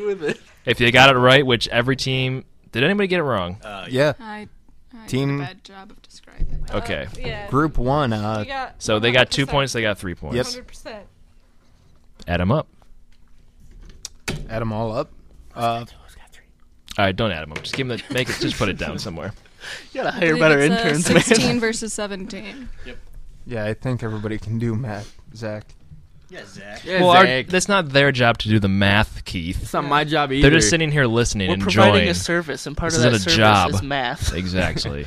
Speaker 5: If you got it right, which every team did, anybody get it wrong?
Speaker 7: Uh,
Speaker 6: Yeah.
Speaker 11: I, I
Speaker 6: Team-
Speaker 11: did a bad job of describing.
Speaker 5: Okay,
Speaker 1: yeah.
Speaker 6: Group one. Uh,
Speaker 1: You got
Speaker 5: so they got two points. They got three points.
Speaker 6: Yep.
Speaker 1: Hundred percent.
Speaker 5: Add them up.
Speaker 6: add them all up. Uh,
Speaker 5: All right, don't add them up. Just give them. The, make it. Just put it down somewhere.
Speaker 9: You gotta hire better interns, man.
Speaker 11: 16 versus 17.
Speaker 6: yeah, I think everybody can do math, Zach.
Speaker 7: Yeah, Zach.
Speaker 8: Yeah,
Speaker 5: well, our-
Speaker 8: Zach.
Speaker 5: that's not their job to do the math, Keith.
Speaker 8: it's not my job either.
Speaker 5: They're just sitting here listening,
Speaker 9: We're
Speaker 5: enjoying.
Speaker 9: providing a service, and part
Speaker 5: This
Speaker 9: of that
Speaker 5: isn't a
Speaker 9: service
Speaker 5: job.
Speaker 9: is math.
Speaker 5: Exactly.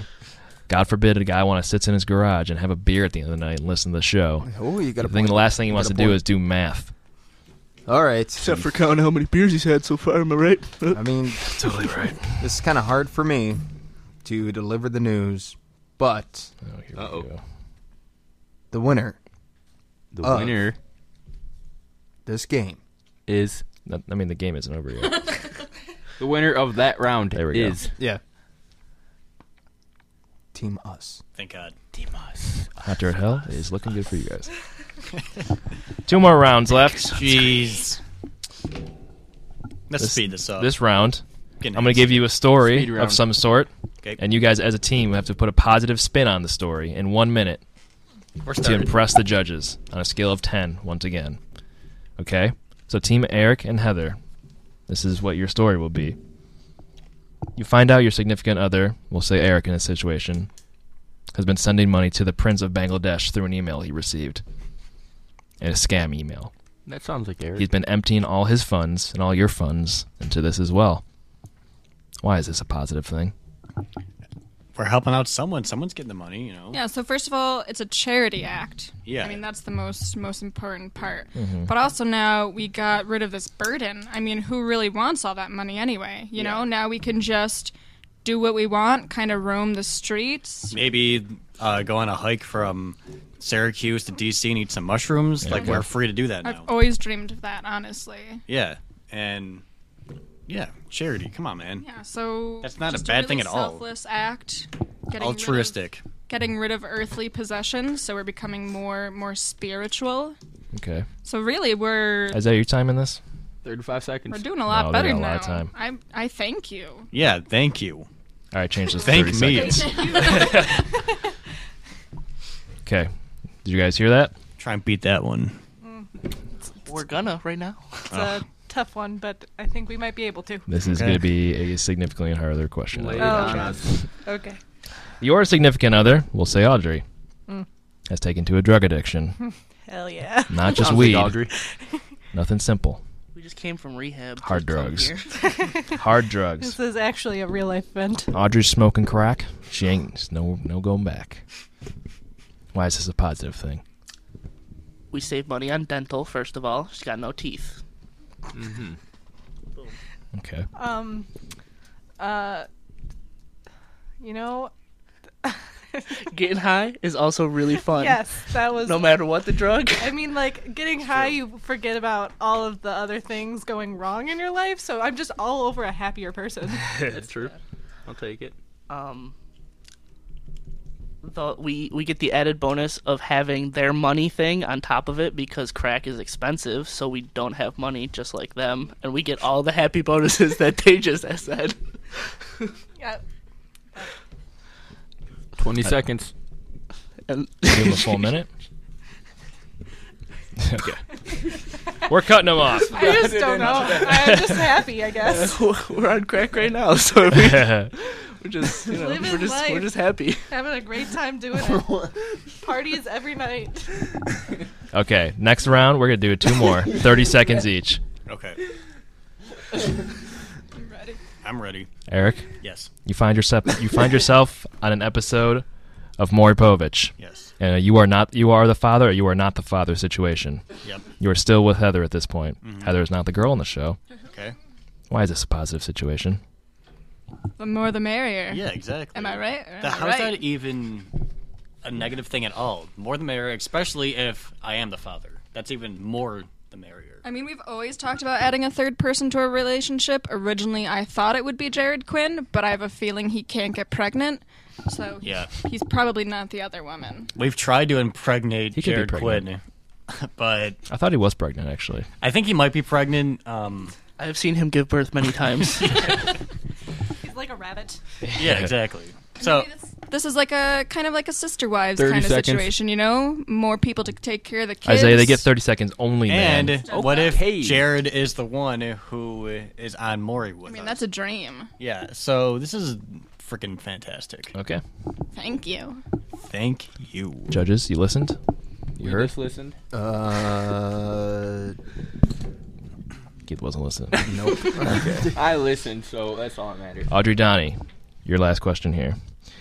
Speaker 5: God forbid a guy want to sits in his garage and have a beer at the end of the night and listen to the show.
Speaker 6: Oh, you got a
Speaker 5: I think
Speaker 6: point.
Speaker 5: the last thing he wants to
Speaker 6: got a
Speaker 5: do
Speaker 6: point.
Speaker 5: is do math. Oh,
Speaker 6: All right.
Speaker 9: Except for counting how many beers he's had so far, am I right?
Speaker 6: I mean,
Speaker 5: Totally right.
Speaker 6: this is kind of hard for me to deliver the news, but
Speaker 5: Oh, here
Speaker 8: Uh-oh.
Speaker 5: we go.
Speaker 6: the winner
Speaker 8: the
Speaker 6: Uh,
Speaker 8: winner
Speaker 6: this game
Speaker 8: is
Speaker 5: No, I mean, the game isn't over yet.
Speaker 8: the winner of that round
Speaker 5: There we go.
Speaker 8: is
Speaker 6: Yeah. Team Us.
Speaker 7: Thank God.
Speaker 5: Hot Dirt Hell is looking good for you guys. Two more rounds left.
Speaker 7: Jeez. Let's
Speaker 5: This-
Speaker 7: speed this up.
Speaker 5: This round,
Speaker 7: Getting
Speaker 5: I'm going to give you a
Speaker 8: Speed
Speaker 5: story of
Speaker 8: round.
Speaker 5: some sort,
Speaker 7: Okay.
Speaker 5: and you guys, as a team, have to put a positive spin on the story in one minute
Speaker 7: We're
Speaker 5: to
Speaker 7: starting.
Speaker 5: impress the judges on a scale of 10 once again. Okay? So, Team Eric and Heather, this is what your story will be. You find out your significant other, we'll say Eric in this situation, has been sending money to the Prince of Bangladesh through an email he received. And a scam email.
Speaker 8: that sounds like
Speaker 5: He's
Speaker 8: Eric.
Speaker 5: been emptying all his funds and all your funds into this as well. Why is this a positive thing?
Speaker 7: We're helping out someone. Someone's getting the money, you know.
Speaker 11: Yeah, so first of all, it's a charity act.
Speaker 7: Yeah.
Speaker 11: I mean, that's the most most important part.
Speaker 9: Mm-hmm.
Speaker 11: But also now we got rid of this burden. I mean, who really wants all that money anyway? You know, now we can just do what we want, kind of roam the streets.
Speaker 7: Maybe uh, go on a hike from Syracuse to DC and eat some mushrooms. like
Speaker 5: okay.
Speaker 7: we're free to do that now.
Speaker 11: I've always dreamed of that, honestly.
Speaker 7: yeah. and yeah, charity. Come on, man.
Speaker 11: Yeah, so
Speaker 7: that's not a
Speaker 11: just
Speaker 7: bad
Speaker 11: really
Speaker 7: thing at all.
Speaker 11: Selfless act, getting
Speaker 7: Altruistic.
Speaker 11: rid of, getting rid of earthly possessions, so we're becoming more more spiritual.
Speaker 5: Okay.
Speaker 11: So really, we're
Speaker 5: Is that your time in this?
Speaker 8: 35 seconds.
Speaker 11: we're doing a lot
Speaker 5: No, they
Speaker 11: better
Speaker 5: got a
Speaker 11: now.
Speaker 5: lot of time.
Speaker 11: I I thank you.
Speaker 7: Yeah, thank you. All
Speaker 5: right, change this. to
Speaker 7: Thank
Speaker 5: 30
Speaker 7: me.
Speaker 5: seconds. okay. Did you guys hear that?
Speaker 7: Try and beat that one.
Speaker 9: We're gonna right now.
Speaker 1: It's a tough one, but I think we might be able to.
Speaker 5: This is going to be a significantly harder question.
Speaker 1: Oh,
Speaker 5: Audrey.
Speaker 1: God. okay.
Speaker 5: Your significant other, we'll say Audrey,
Speaker 1: Mm.
Speaker 5: has taken to a drug addiction.
Speaker 1: Hell yeah.
Speaker 5: Not
Speaker 9: Sounds
Speaker 5: just
Speaker 9: like
Speaker 5: weed.
Speaker 9: Audrey.
Speaker 5: Nothing simple.
Speaker 9: We just came from rehab. to
Speaker 5: Hard
Speaker 9: come
Speaker 5: drugs.
Speaker 9: here.
Speaker 5: Hard drugs.
Speaker 1: This is actually a real life event.
Speaker 5: Audrey's smoking crack. She ain't there's no no going back. Why is this a positive thing?
Speaker 9: We save money on dental. First of all, she's got no teeth.
Speaker 5: Mm-hmm. Okay.
Speaker 1: Um, uh, you know,
Speaker 9: Getting high is also really fun.
Speaker 1: yes, that was.
Speaker 9: No matter what the drug.
Speaker 1: I mean, like getting high, you forget about all of the other things going wrong in your life. So I'm just all over a happier person.
Speaker 8: That's true. I'll take it.
Speaker 9: Um, the, we we get the added bonus of having their money thing on top of it because crack is expensive, so we don't have money just like them, and we get all the happy bonuses that they just said.
Speaker 1: yeah.
Speaker 8: 20 seconds.
Speaker 9: And
Speaker 5: Give him a full minute. okay. We're cutting them off.
Speaker 1: I just don't know. I'm just happy, I guess.
Speaker 9: we're on crack right now, so we, are just you know
Speaker 1: Living
Speaker 9: we're just
Speaker 1: life.
Speaker 9: we're just happy.
Speaker 1: Having a great time doing it. Parties every night.
Speaker 5: Okay. Next round, we're gonna do two more, thirty seconds each.
Speaker 7: Okay. I'm ready.
Speaker 5: Eric.
Speaker 7: Yes.
Speaker 5: You find yourself you find yourself on an episode of Maury Povich.
Speaker 7: Yes.
Speaker 5: Uh, you are not you are the father or you are not the father situation.
Speaker 7: Yep.
Speaker 5: You are still with Heather at this point.
Speaker 7: Mhm.
Speaker 5: Heather is not the girl in the show.
Speaker 7: Okay.
Speaker 5: Why is this a positive situation?
Speaker 11: The more the merrier.
Speaker 7: Yeah, exactly.
Speaker 11: Am I right? or am
Speaker 7: The,
Speaker 11: I
Speaker 7: how's
Speaker 11: right?
Speaker 7: that even a negative thing at all? More the merrier, especially if I am the father. That's even more the merrier.
Speaker 11: I mean, we've always talked about adding a third person to a relationship. Originally, I thought it would be Jared Quinn, but I have a feeling he can't get pregnant. So
Speaker 7: Yeah.
Speaker 11: he's probably not the other woman.
Speaker 7: We've tried to impregnate
Speaker 5: He could be
Speaker 7: Jared Quinn,
Speaker 5: pregnant.
Speaker 7: but
Speaker 5: I thought he was pregnant actually.
Speaker 7: I think he might be pregnant. Um,
Speaker 9: I have seen him give birth many times.
Speaker 1: He's like a rabbit.
Speaker 7: yeah, exactly. So
Speaker 11: This is like a kind of like a sister wives
Speaker 5: 30
Speaker 11: kind of
Speaker 5: seconds.
Speaker 11: situation, you know? More people to take care of the kids.
Speaker 5: Isaiah, they get thirty seconds only. man.
Speaker 7: and what if Jared is the one who is on Maury with
Speaker 11: I mean,
Speaker 7: us?
Speaker 11: that's a dream.
Speaker 7: Yeah. So this is freaking fantastic.
Speaker 5: Okay.
Speaker 11: Thank you.
Speaker 7: Thank you.
Speaker 5: Judges, you listened? You
Speaker 8: We
Speaker 5: heard?
Speaker 8: just listened.
Speaker 6: Uh,
Speaker 5: Keith wasn't listening.
Speaker 6: nope.
Speaker 8: I listened, so that's all that matters.
Speaker 5: Audrey Donnie, your last question here.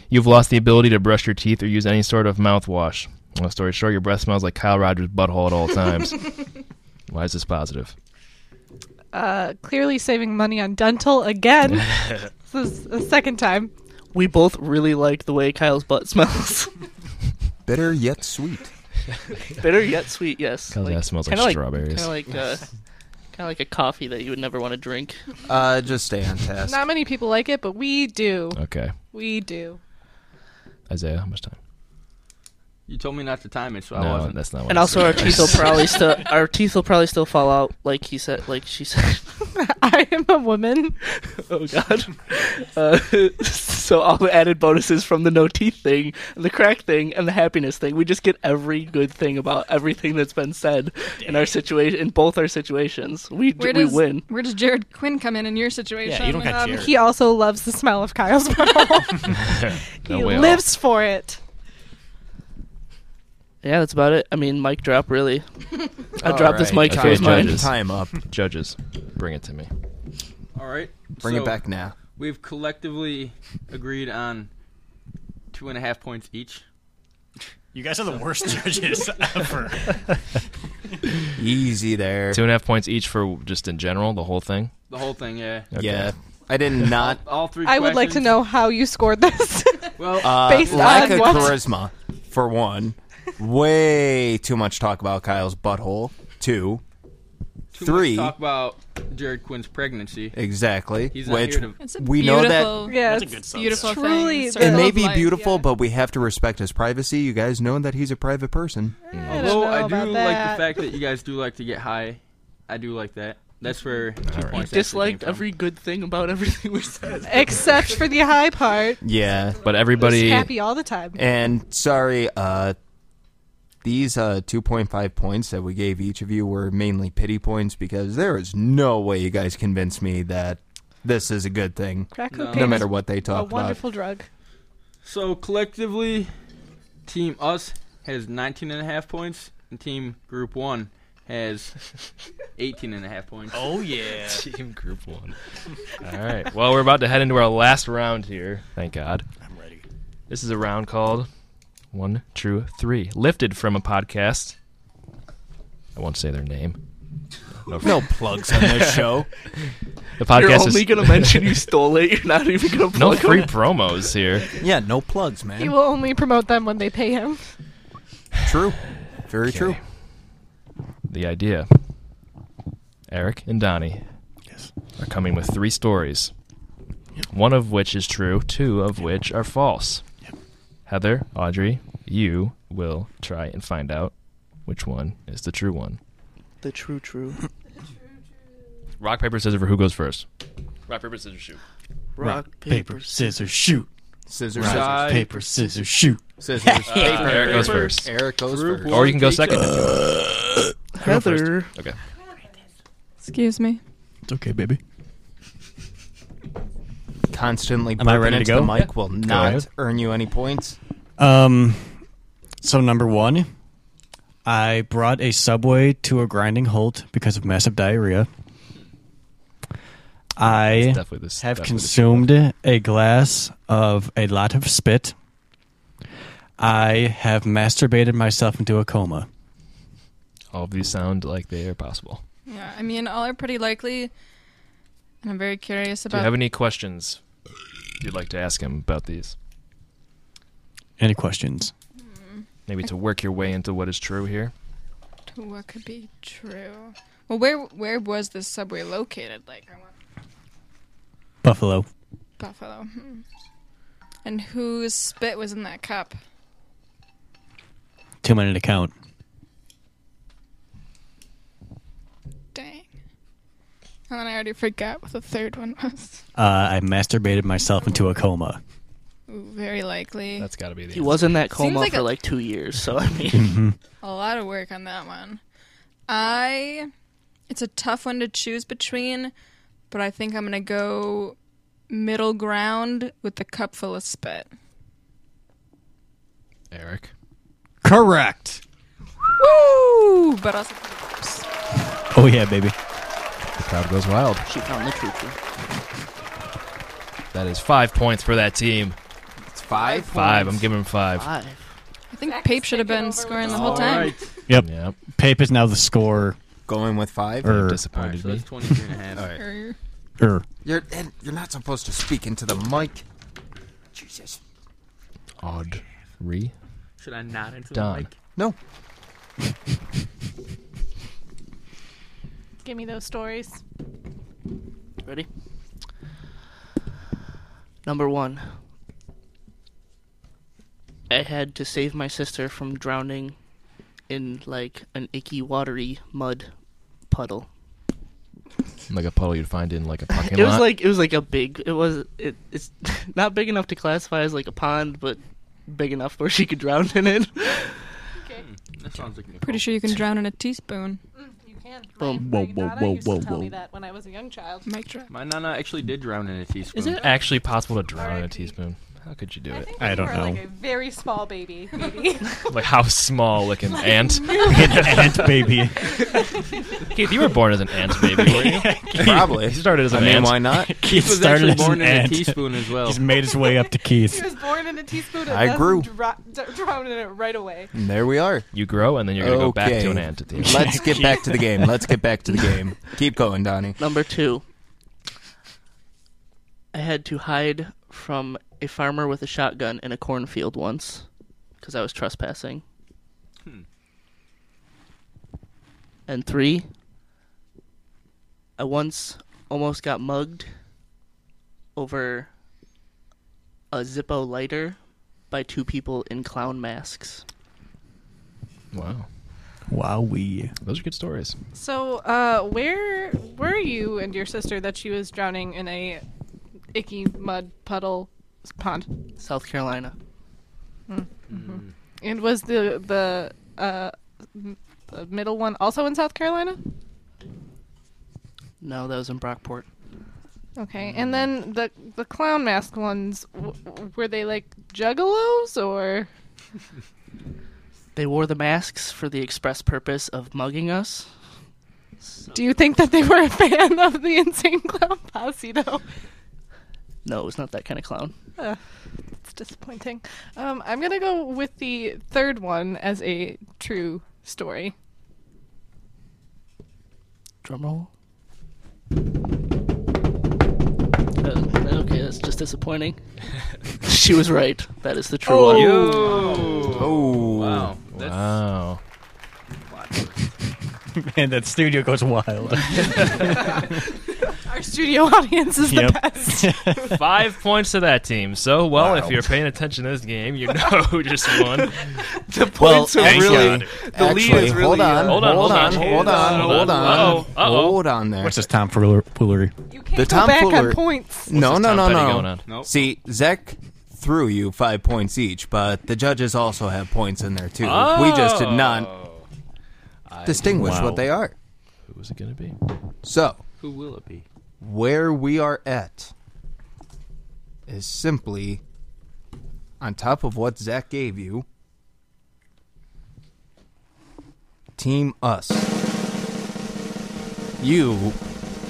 Speaker 5: You've lost the ability to brush your teeth or use any sort of mouthwash. Long story short, your breath smells like Kyle Rogers' butthole at all times. Why is this positive?
Speaker 1: Uh, clearly saving money on dental again. this is the second time.
Speaker 9: we both really liked the way Kyle's butt smells.
Speaker 6: Bitter yet sweet.
Speaker 9: Bitter yet sweet, yes.
Speaker 5: Kyle's ass smells like
Speaker 9: kinda
Speaker 5: strawberries.
Speaker 9: Kind of like, uh, kinda like a coffee that you would never want to drink.
Speaker 6: Uh, just stay on task.
Speaker 1: Not many people like it, but we do.
Speaker 5: Okay.
Speaker 1: We do.
Speaker 5: Isaiah, how much time?
Speaker 8: You told me not to time it, so I
Speaker 5: no,
Speaker 8: wasn't.
Speaker 5: that's not what
Speaker 9: And
Speaker 5: I
Speaker 9: also, our
Speaker 5: said.
Speaker 9: teeth will probably still our teeth will probably still fall out, like he said, like she said.
Speaker 1: I am a woman.
Speaker 9: oh God! Uh, so all the added bonuses from the no teeth thing, and the crack thing, and the happiness thing, we just get every good thing about everything that's been said in our situation, in both our situations. We
Speaker 11: Where
Speaker 9: we
Speaker 11: does,
Speaker 9: win.
Speaker 11: Where does Jared Quinn come in in your situation?
Speaker 7: Yeah, you don't got
Speaker 1: Um,
Speaker 7: Jared.
Speaker 1: he also loves the smell of Kyle's butthole.
Speaker 5: No,
Speaker 1: he
Speaker 5: we all-
Speaker 1: lives for it.
Speaker 9: Yeah, that's about it. I mean, mic drop really. I
Speaker 6: All
Speaker 9: dropped this
Speaker 6: right,
Speaker 9: mic.
Speaker 5: Okay,
Speaker 9: it was mine.
Speaker 5: judges.
Speaker 6: Time up.
Speaker 5: Judges, bring it to me.
Speaker 8: all right.
Speaker 6: Bring
Speaker 8: so
Speaker 6: it back now.
Speaker 8: We've collectively agreed on two and a half points each.
Speaker 7: You guys are the worst judges ever.
Speaker 6: Easy there.
Speaker 5: Two and a half points each for just in general, the whole thing.
Speaker 8: The whole thing, yeah.
Speaker 5: Okay.
Speaker 6: Yeah. I did not.
Speaker 8: All three.
Speaker 1: I would like to
Speaker 8: questions-
Speaker 1: know how you scored this.
Speaker 8: Well,
Speaker 6: Uh,
Speaker 1: Based
Speaker 6: lack
Speaker 1: on
Speaker 6: of
Speaker 1: what?
Speaker 6: charisma, for one. Way too much talk about Kyle's butthole. Two.
Speaker 8: too
Speaker 6: three.
Speaker 8: much talk about Jared Quinn's pregnancy.
Speaker 6: Exactly.
Speaker 8: He's not
Speaker 6: Which
Speaker 8: here to- It's a
Speaker 6: we know that
Speaker 8: beautiful- Yeah, That's a it's good subset. beautiful thing.
Speaker 1: Truly
Speaker 8: It's
Speaker 1: the-
Speaker 6: it may
Speaker 1: of
Speaker 6: be
Speaker 1: life,
Speaker 6: beautiful, but we have to respect his privacy. You guys know that he's a private person.
Speaker 8: Although I,
Speaker 1: know
Speaker 8: do
Speaker 1: about
Speaker 8: like
Speaker 1: that.
Speaker 8: the fact that you guys do like to get high. I do like that. That's where two points
Speaker 9: You
Speaker 8: actually
Speaker 9: disliked
Speaker 8: came from.
Speaker 9: every good thing about everything we said.
Speaker 1: Except for the high part.
Speaker 6: Yeah,
Speaker 5: but
Speaker 1: everybody- He's happy all the time.
Speaker 6: And sorry, uh, these uh, two point five points that we gave each of you were mainly pity points because there is no way you guys convinced me that this is a good thing,
Speaker 1: Crack
Speaker 6: no.
Speaker 1: cocaine
Speaker 6: matter
Speaker 1: is
Speaker 6: what they talk
Speaker 1: A
Speaker 6: about.
Speaker 1: wonderful drug.
Speaker 8: So collectively, Team Us has 19 and a half points, and Team Group One has 18 and a half points.
Speaker 7: Oh yeah,
Speaker 5: Team Group One. All right. Well, we're about to head into our last round here. Thank God. I'm ready. This is a round called One True Three, lifted from a podcast. I won't say their name.
Speaker 6: No plugs on this show.
Speaker 5: the podcast
Speaker 9: You're
Speaker 5: is
Speaker 9: only gonna mention you stole it. You're not even gonna
Speaker 5: no
Speaker 9: plug
Speaker 5: free
Speaker 9: on it.
Speaker 5: promos here.
Speaker 6: Yeah, no plugs,
Speaker 1: He will only promote them when they pay him.
Speaker 6: True. Very true.
Speaker 5: The idea. Eric and Donnie are coming with three stories. One of which is true, two of which are false. Heather, Audrey, you will try and find out which one is the true one.
Speaker 9: The true true.
Speaker 5: Rock, paper, scissors for who goes first.
Speaker 8: Rock paper scissors shoot.
Speaker 9: Rock,
Speaker 7: paper, scissors, shoot.
Speaker 6: Scissors,
Speaker 7: Rock,
Speaker 6: scissors.
Speaker 7: paper, scissors, shoot.
Speaker 6: Scissors,
Speaker 5: Uh, paper, Eric goes
Speaker 6: paper.
Speaker 5: first.
Speaker 6: Eric goes
Speaker 5: Group
Speaker 6: first.
Speaker 5: Or you can go second. if you want.
Speaker 9: Heather.
Speaker 5: Okay.
Speaker 11: Excuse me.
Speaker 7: It's okay, baby.
Speaker 6: Constantly
Speaker 7: Am I
Speaker 6: burping
Speaker 7: ready to
Speaker 6: into
Speaker 7: go?
Speaker 6: The mic
Speaker 7: Yeah.
Speaker 6: will
Speaker 7: Go
Speaker 6: not
Speaker 7: ahead.
Speaker 6: earn you any points.
Speaker 7: Um, so number one, I brought a subway to a grinding halt because of massive diarrhea. I
Speaker 5: It's definitely this-
Speaker 7: have
Speaker 5: definitely this
Speaker 7: consumed a glass of a lot of spit. I have masturbated myself into a coma.
Speaker 5: All of these sound like they are possible.
Speaker 11: Yeah, I mean, all are pretty likely, and I'm very curious
Speaker 5: Do
Speaker 11: about.
Speaker 5: you have any questions you'd like to ask him about these?
Speaker 7: Any questions?
Speaker 5: Maybe to work your way into what is true here.
Speaker 11: to what could be true? Well, where where was this subway located? Like I want
Speaker 7: Buffalo.
Speaker 11: Buffalo. Hmm. And whose spit was in that cup?
Speaker 7: Two minute account.
Speaker 11: Dang. Oh, And then I already forgot what the third one was.
Speaker 7: Uh, I masturbated myself into a coma.
Speaker 11: Ooh, very likely.
Speaker 5: That's got to be the
Speaker 9: He was in that coma
Speaker 11: Seems like
Speaker 9: for
Speaker 11: a-
Speaker 9: like two years, so I mean,
Speaker 11: A lot of work on that one. I. It's a tough one to choose between, but I think I'm going to go middle ground with the cup full of spit.
Speaker 5: Eric.
Speaker 7: Correct.
Speaker 11: Woo! But also.
Speaker 7: Oh yeah, baby.
Speaker 5: The crowd goes wild.
Speaker 9: she found the true true.
Speaker 5: That is five points for that team.
Speaker 6: It's five.
Speaker 5: Five. I'm giving him five.
Speaker 9: Five.
Speaker 11: I think Pape should have been scoring the whole time.
Speaker 7: Yep.
Speaker 5: Yep.
Speaker 7: Pape is now the score.
Speaker 6: Going with five.
Speaker 7: Er.
Speaker 9: Oh,
Speaker 8: All right,
Speaker 5: Disappointed
Speaker 8: so
Speaker 5: me.
Speaker 8: that's 23 and a half.
Speaker 11: Er,
Speaker 7: Er.
Speaker 6: You're and you're not supposed to speak into the mic. Jesus.
Speaker 5: Odd. Re.
Speaker 8: Should I nod into
Speaker 5: Done.
Speaker 8: the mic?
Speaker 6: No.
Speaker 1: Give me those stories.
Speaker 9: Ready? Number one. I had to save my sister from drowning in like an icky, watery mud puddle.
Speaker 5: Like a puddle you'd find in like a parking
Speaker 9: It was
Speaker 5: lot.
Speaker 9: like it was like a big. It was it. It's not big enough to classify as like a pond, but big enough where she could drown in it.
Speaker 8: Hmm, That sounds like Nicole.
Speaker 11: Pretty sure you can drown in a teaspoon.
Speaker 1: Mm, You can.
Speaker 9: Boom.
Speaker 1: whoa, whoa, whoa, used to tell me that when I was a young child.
Speaker 11: Mic drop.
Speaker 8: My nana actually did drown in a teaspoon.
Speaker 5: is it actually possible to drown in a
Speaker 1: RIP.
Speaker 5: teaspoon? How could you do
Speaker 1: I
Speaker 5: it?
Speaker 1: think
Speaker 7: I
Speaker 1: you
Speaker 7: don't
Speaker 1: were
Speaker 7: know.
Speaker 1: Like a very small baby. Maybe.
Speaker 5: Like how small, like an ant.
Speaker 7: Ant baby.
Speaker 5: Keith, you were born as an ant baby, were you?
Speaker 6: Probably.
Speaker 5: He started as
Speaker 6: I
Speaker 5: an
Speaker 6: mean,
Speaker 5: ant.
Speaker 6: why not?
Speaker 7: Keith
Speaker 8: was
Speaker 7: started
Speaker 8: actually
Speaker 7: as
Speaker 8: born
Speaker 7: an
Speaker 8: in a
Speaker 7: ant.
Speaker 8: teaspoon as well.
Speaker 7: He's made his way up to Keith.
Speaker 1: He was born in a teaspoon and
Speaker 6: I
Speaker 1: then
Speaker 6: grew.
Speaker 1: Dro- d- drowned in it right away.
Speaker 6: And there we are.
Speaker 5: You grow and then you're gonna go back
Speaker 6: Okay.
Speaker 5: to an ant at the end.
Speaker 6: Let's get back to the game. Let's get back to the game. Keep going, Donnie.
Speaker 9: Number two. I had to hide from a farmer with a shotgun in a cornfield once because I was trespassing. And three. I once almost got mugged over a Zippo lighter by two people in clown masks.
Speaker 5: Wow.
Speaker 7: Wow, we.
Speaker 5: Those are good stories.
Speaker 1: So, uh, where were you and your sister that she was drowning in a icky mud puddle pond?
Speaker 9: South Carolina.
Speaker 1: And was the the uh, m- the middle one also in South Carolina?
Speaker 9: No, that was in Brockport.
Speaker 1: Okay, and then the the clown mask ones w- w- were they like juggalos or?
Speaker 9: They wore the masks for the express purpose of mugging us.
Speaker 1: Do you think that they were a fan of the Insane Clown Posse though?
Speaker 9: No, it was not that kind of clown.
Speaker 1: Uh, it's disappointing. Um, I'm gonna go with the third one as a true story.
Speaker 9: Drum roll. Uh, okay, that's just disappointing. she was right. That is the true one.
Speaker 6: Oh.
Speaker 8: Wow. That's,
Speaker 5: Wow.
Speaker 7: Man, that studio goes wild.
Speaker 1: Our studio audience is
Speaker 7: Yep.
Speaker 1: the best.
Speaker 5: Five points to that team. So, well, if you're paying attention to this game, you know who just won.
Speaker 12: The
Speaker 6: Well,
Speaker 12: points are
Speaker 6: actually,
Speaker 12: really. The lead
Speaker 6: actually,
Speaker 12: is really.
Speaker 6: hold
Speaker 12: uh,
Speaker 6: on,
Speaker 5: Hold on, hold on,
Speaker 6: hold on,
Speaker 5: hold on,
Speaker 6: hold on,
Speaker 5: hold on. Uh-oh, uh-oh.
Speaker 6: hold on there.
Speaker 7: What's this tomfoolery?
Speaker 1: You can't
Speaker 6: The Mm.
Speaker 1: go back
Speaker 6: tomfoolery-
Speaker 1: on points.
Speaker 6: no,
Speaker 5: What's this
Speaker 6: no, no,
Speaker 5: Tom
Speaker 6: no.
Speaker 5: Petty going on?
Speaker 8: Nope.
Speaker 6: See, Zek threw you five points each, but the judges also have points in there too. We just did not
Speaker 5: Oh.
Speaker 6: distinguish
Speaker 7: Wow.
Speaker 6: what they are.
Speaker 5: Who was it going to be?
Speaker 6: So,
Speaker 8: who will it be?
Speaker 6: where we are at is simply on top of what Zach gave you. Team Us. You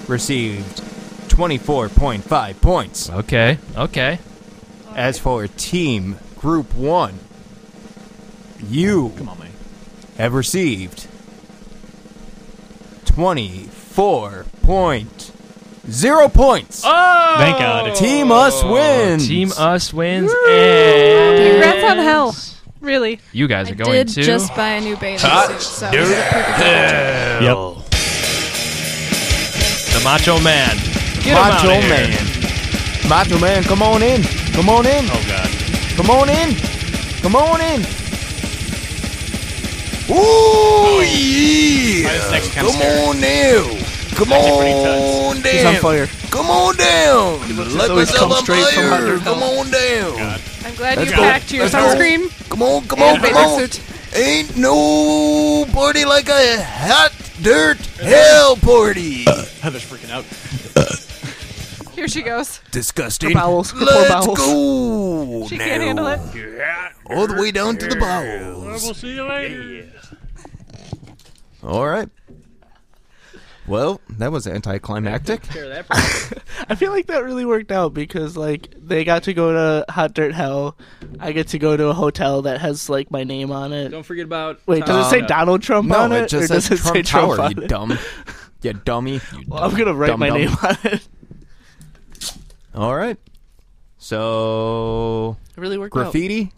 Speaker 6: received 24.5 points.
Speaker 5: Okay, okay.
Speaker 6: As for Team Group 1, you have received 24.0 points.
Speaker 5: Oh,
Speaker 7: Thank God. It's
Speaker 6: Team Us wins.
Speaker 5: Team Us wins. And
Speaker 1: Congrats on hell. Really.
Speaker 5: You guys are
Speaker 11: I
Speaker 5: going
Speaker 11: did
Speaker 5: to.
Speaker 11: just buy a new bathing suit, so it was a perfect match.
Speaker 7: Yep.
Speaker 5: The Macho Man. Get
Speaker 6: Macho
Speaker 5: him outta here.
Speaker 6: Man. Macho Man, come on in. Come on in.
Speaker 5: Oh God.
Speaker 6: Come on in. Come on in. Ooh, yeah. Come on now. Come on
Speaker 9: She's on
Speaker 6: down.
Speaker 9: fire.
Speaker 6: Come on down.
Speaker 9: looks
Speaker 6: Let
Speaker 9: as though he's
Speaker 6: myself
Speaker 9: come
Speaker 6: on
Speaker 9: straight from
Speaker 6: fire.
Speaker 9: under
Speaker 6: Come on down.
Speaker 1: I'm glad
Speaker 6: Let's
Speaker 1: you
Speaker 6: go.
Speaker 1: packed your
Speaker 6: Let's go.
Speaker 1: sunscreen.
Speaker 6: Come on, come on,
Speaker 1: And
Speaker 6: come
Speaker 1: bathing
Speaker 6: on.
Speaker 1: suit.
Speaker 6: Ain't no party like a hot dirt hell party.
Speaker 7: Heather's freaking out.
Speaker 1: Here she goes.
Speaker 6: Disgusting.
Speaker 9: Bowels. Poor
Speaker 6: Let's
Speaker 9: bowels.
Speaker 6: go.
Speaker 1: She can't handle it.
Speaker 6: all the way down to the bowels. We'll see you later. All right. Well, that was anticlimactic.
Speaker 9: I feel like that really worked out because like they got to go to hot dirt hell. I get to go to a hotel that has like my name on it.
Speaker 8: Don't forget about. uh,
Speaker 9: Wait, does it say
Speaker 8: Tom-
Speaker 9: Donald Trump on
Speaker 6: No,
Speaker 9: it,
Speaker 6: it just
Speaker 9: or does
Speaker 6: says
Speaker 9: it
Speaker 6: Trump
Speaker 9: say Trump
Speaker 6: Tower,
Speaker 9: on
Speaker 6: you
Speaker 9: it?
Speaker 6: dumb. You dummy. You
Speaker 9: Well, I'm gonna write
Speaker 6: dumb,
Speaker 9: my
Speaker 6: dumb.
Speaker 9: name on it. It
Speaker 6: All right. So,
Speaker 9: really worked
Speaker 6: graffiti,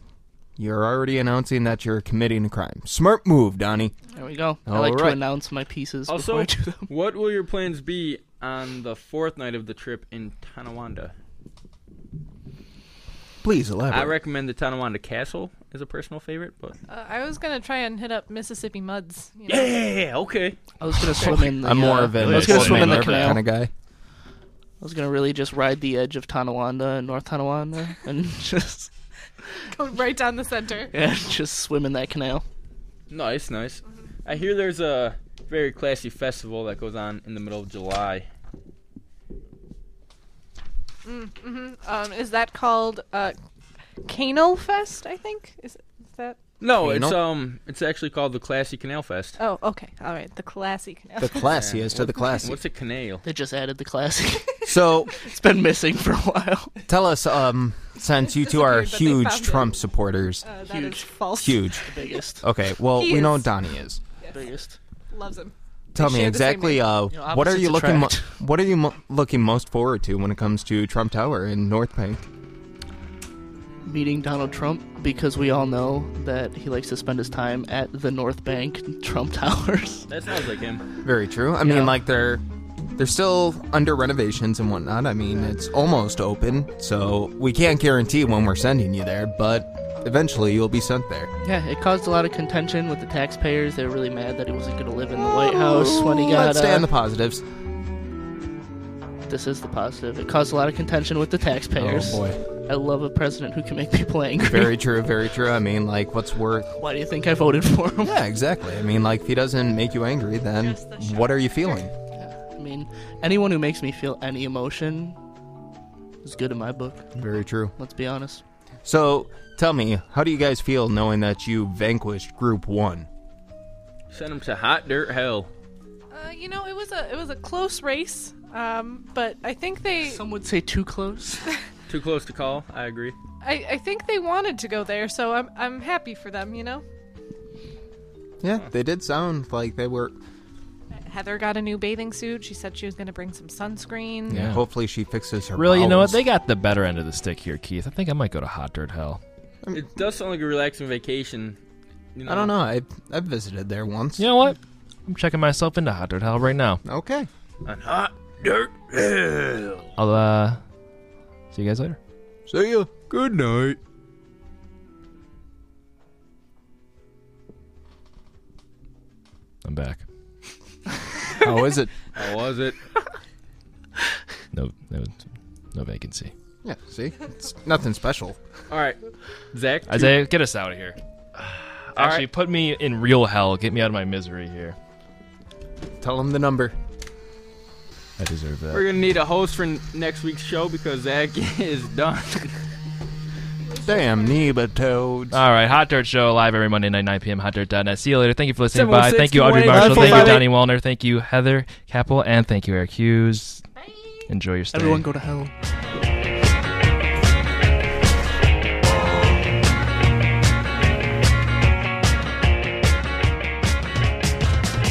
Speaker 6: you're already announcing that you're committing a crime. Smart move, Donnie.
Speaker 9: out. There we go. I
Speaker 6: All
Speaker 9: like to
Speaker 6: right.
Speaker 9: announce my pieces before
Speaker 8: Also,
Speaker 9: I do them.
Speaker 8: what will your plans be on the fourth night of the trip in Tonawanda?
Speaker 6: Please
Speaker 8: I
Speaker 6: elaborate.
Speaker 8: recommend the Tonawanda Castle as a personal favorite, but
Speaker 1: Uh, I was gonna try and hit up Mississippi Muds. You know?
Speaker 8: yeah, okay.
Speaker 9: I was gonna swim in the.
Speaker 6: I'm more
Speaker 9: uh,
Speaker 6: of a
Speaker 9: I was gonna
Speaker 5: Let's
Speaker 9: swim in
Speaker 5: make
Speaker 9: the
Speaker 5: it
Speaker 9: canal.
Speaker 6: kind of guy.
Speaker 9: I was gonna really just ride the edge of Tonawanda and North Tonawanda and just
Speaker 1: Go right down the center.
Speaker 9: yeah, just swim in that canal.
Speaker 8: Nice, nice. I hear there's a very classy festival that goes on in the middle of July.
Speaker 1: Um, is that called uh, Canal Fest? I think is, is that.
Speaker 8: No,
Speaker 6: Hey,
Speaker 8: it's
Speaker 6: no-
Speaker 8: um, it's actually called the Classy Canal Fest.
Speaker 1: Oh, okay, all right. The classy canal.
Speaker 6: The classiest of the classy.
Speaker 8: What's a canal?
Speaker 9: They just added the classic.
Speaker 6: So,
Speaker 9: it's been missing for a while.
Speaker 6: tell us, um, since you two are
Speaker 1: Disappeared, but they
Speaker 6: huge
Speaker 1: found it.
Speaker 6: Trump supporters,
Speaker 1: Uh, that is
Speaker 9: Huge.
Speaker 1: false.
Speaker 6: huge.
Speaker 9: biggest,
Speaker 6: Okay, well,
Speaker 1: He
Speaker 6: we know
Speaker 1: is.
Speaker 6: Donnie is.
Speaker 9: biggest.
Speaker 1: Loves him.
Speaker 6: Tell me
Speaker 1: share the same
Speaker 6: exactly
Speaker 1: name.
Speaker 6: uh,
Speaker 9: know,
Speaker 6: what are
Speaker 9: opposites
Speaker 6: you looking mo-
Speaker 9: attract.
Speaker 6: what are you mo- looking most forward to when it comes to Trump Tower in North Bank?
Speaker 9: Meeting Donald Trump because we all know that he likes to spend his time at the North Bank Trump Towers.
Speaker 8: That sounds like him.
Speaker 6: Very true. I mean, like they're They're still under renovations and whatnot. I mean, it's almost open, so we can't guarantee when we're sending you there, but eventually you'll be sent there.
Speaker 9: Yeah, it caused a lot of contention with the taxpayers. They were really mad that he wasn't going to live in the White House when he got.
Speaker 6: Let's stay
Speaker 9: uh,
Speaker 6: on the positives.
Speaker 9: This is the positive. It caused a lot of contention with the taxpayers.
Speaker 6: Oh, boy.
Speaker 9: I love a president who can make people angry.
Speaker 6: Very true, very true. I mean, like, what's worth?
Speaker 9: Why do you think I voted for him?
Speaker 6: Yeah, exactly. I mean, like, if he doesn't make you angry, then what are you feeling?
Speaker 9: I mean, anyone who makes me feel any emotion is good in my book.
Speaker 6: Very true.
Speaker 9: Let's be honest.
Speaker 6: So, tell me, how do you guys feel knowing that you vanquished Group One?
Speaker 8: Send him to hot dirt hell.
Speaker 1: Uh, you know, it was a it was a close race, um, but I think they
Speaker 9: Some would say too close.
Speaker 8: Too close to call. I agree.
Speaker 1: I, I think they wanted to go there, so I'm I'm happy for them. You know,
Speaker 6: Yeah, they did sound like they were.
Speaker 1: Heather got a new bathing suit. She said she was going to bring some sunscreen.
Speaker 6: Yeah. Hopefully, she fixes her.
Speaker 5: Really, you know what?
Speaker 6: bowels.
Speaker 5: They got the better end of the stick here, Keith. I think I might go to hot dirt hell.
Speaker 8: It does sound like a relaxing vacation. You
Speaker 6: Um, I don't know. I I visited there once.
Speaker 5: You know what? I'm checking myself into hot dirt hell right now.
Speaker 6: Okay.
Speaker 5: I'll uh, see you guys later.
Speaker 6: See ya. Good night.
Speaker 5: I'm back.
Speaker 6: How is it?
Speaker 8: How was it?
Speaker 5: No, no, no vacancy.
Speaker 6: Yeah. See, it's nothing special.
Speaker 8: All right, Zach. two-
Speaker 5: Isaiah, get us out of here. Actually, put me in real hell. Get me out of my misery here.
Speaker 6: Tell them the number.
Speaker 5: I deserve that.
Speaker 8: We're gonna need a host for n- next week's show because Zach is done.
Speaker 6: Damn nematodes.
Speaker 5: All right, Hot Dirt Show live every Monday night, 9 p.m. HotDirt.net. See you later. Thank you for listening.
Speaker 9: oh
Speaker 5: Bye.
Speaker 8: 716-218-9458.
Speaker 5: Thank you, Audrey Marshall. Thank you, Donnie Wallner. Thank you, Heather Capel, and thank you, Eric Hughes. Enjoy your stay.
Speaker 9: Everyone go to hell.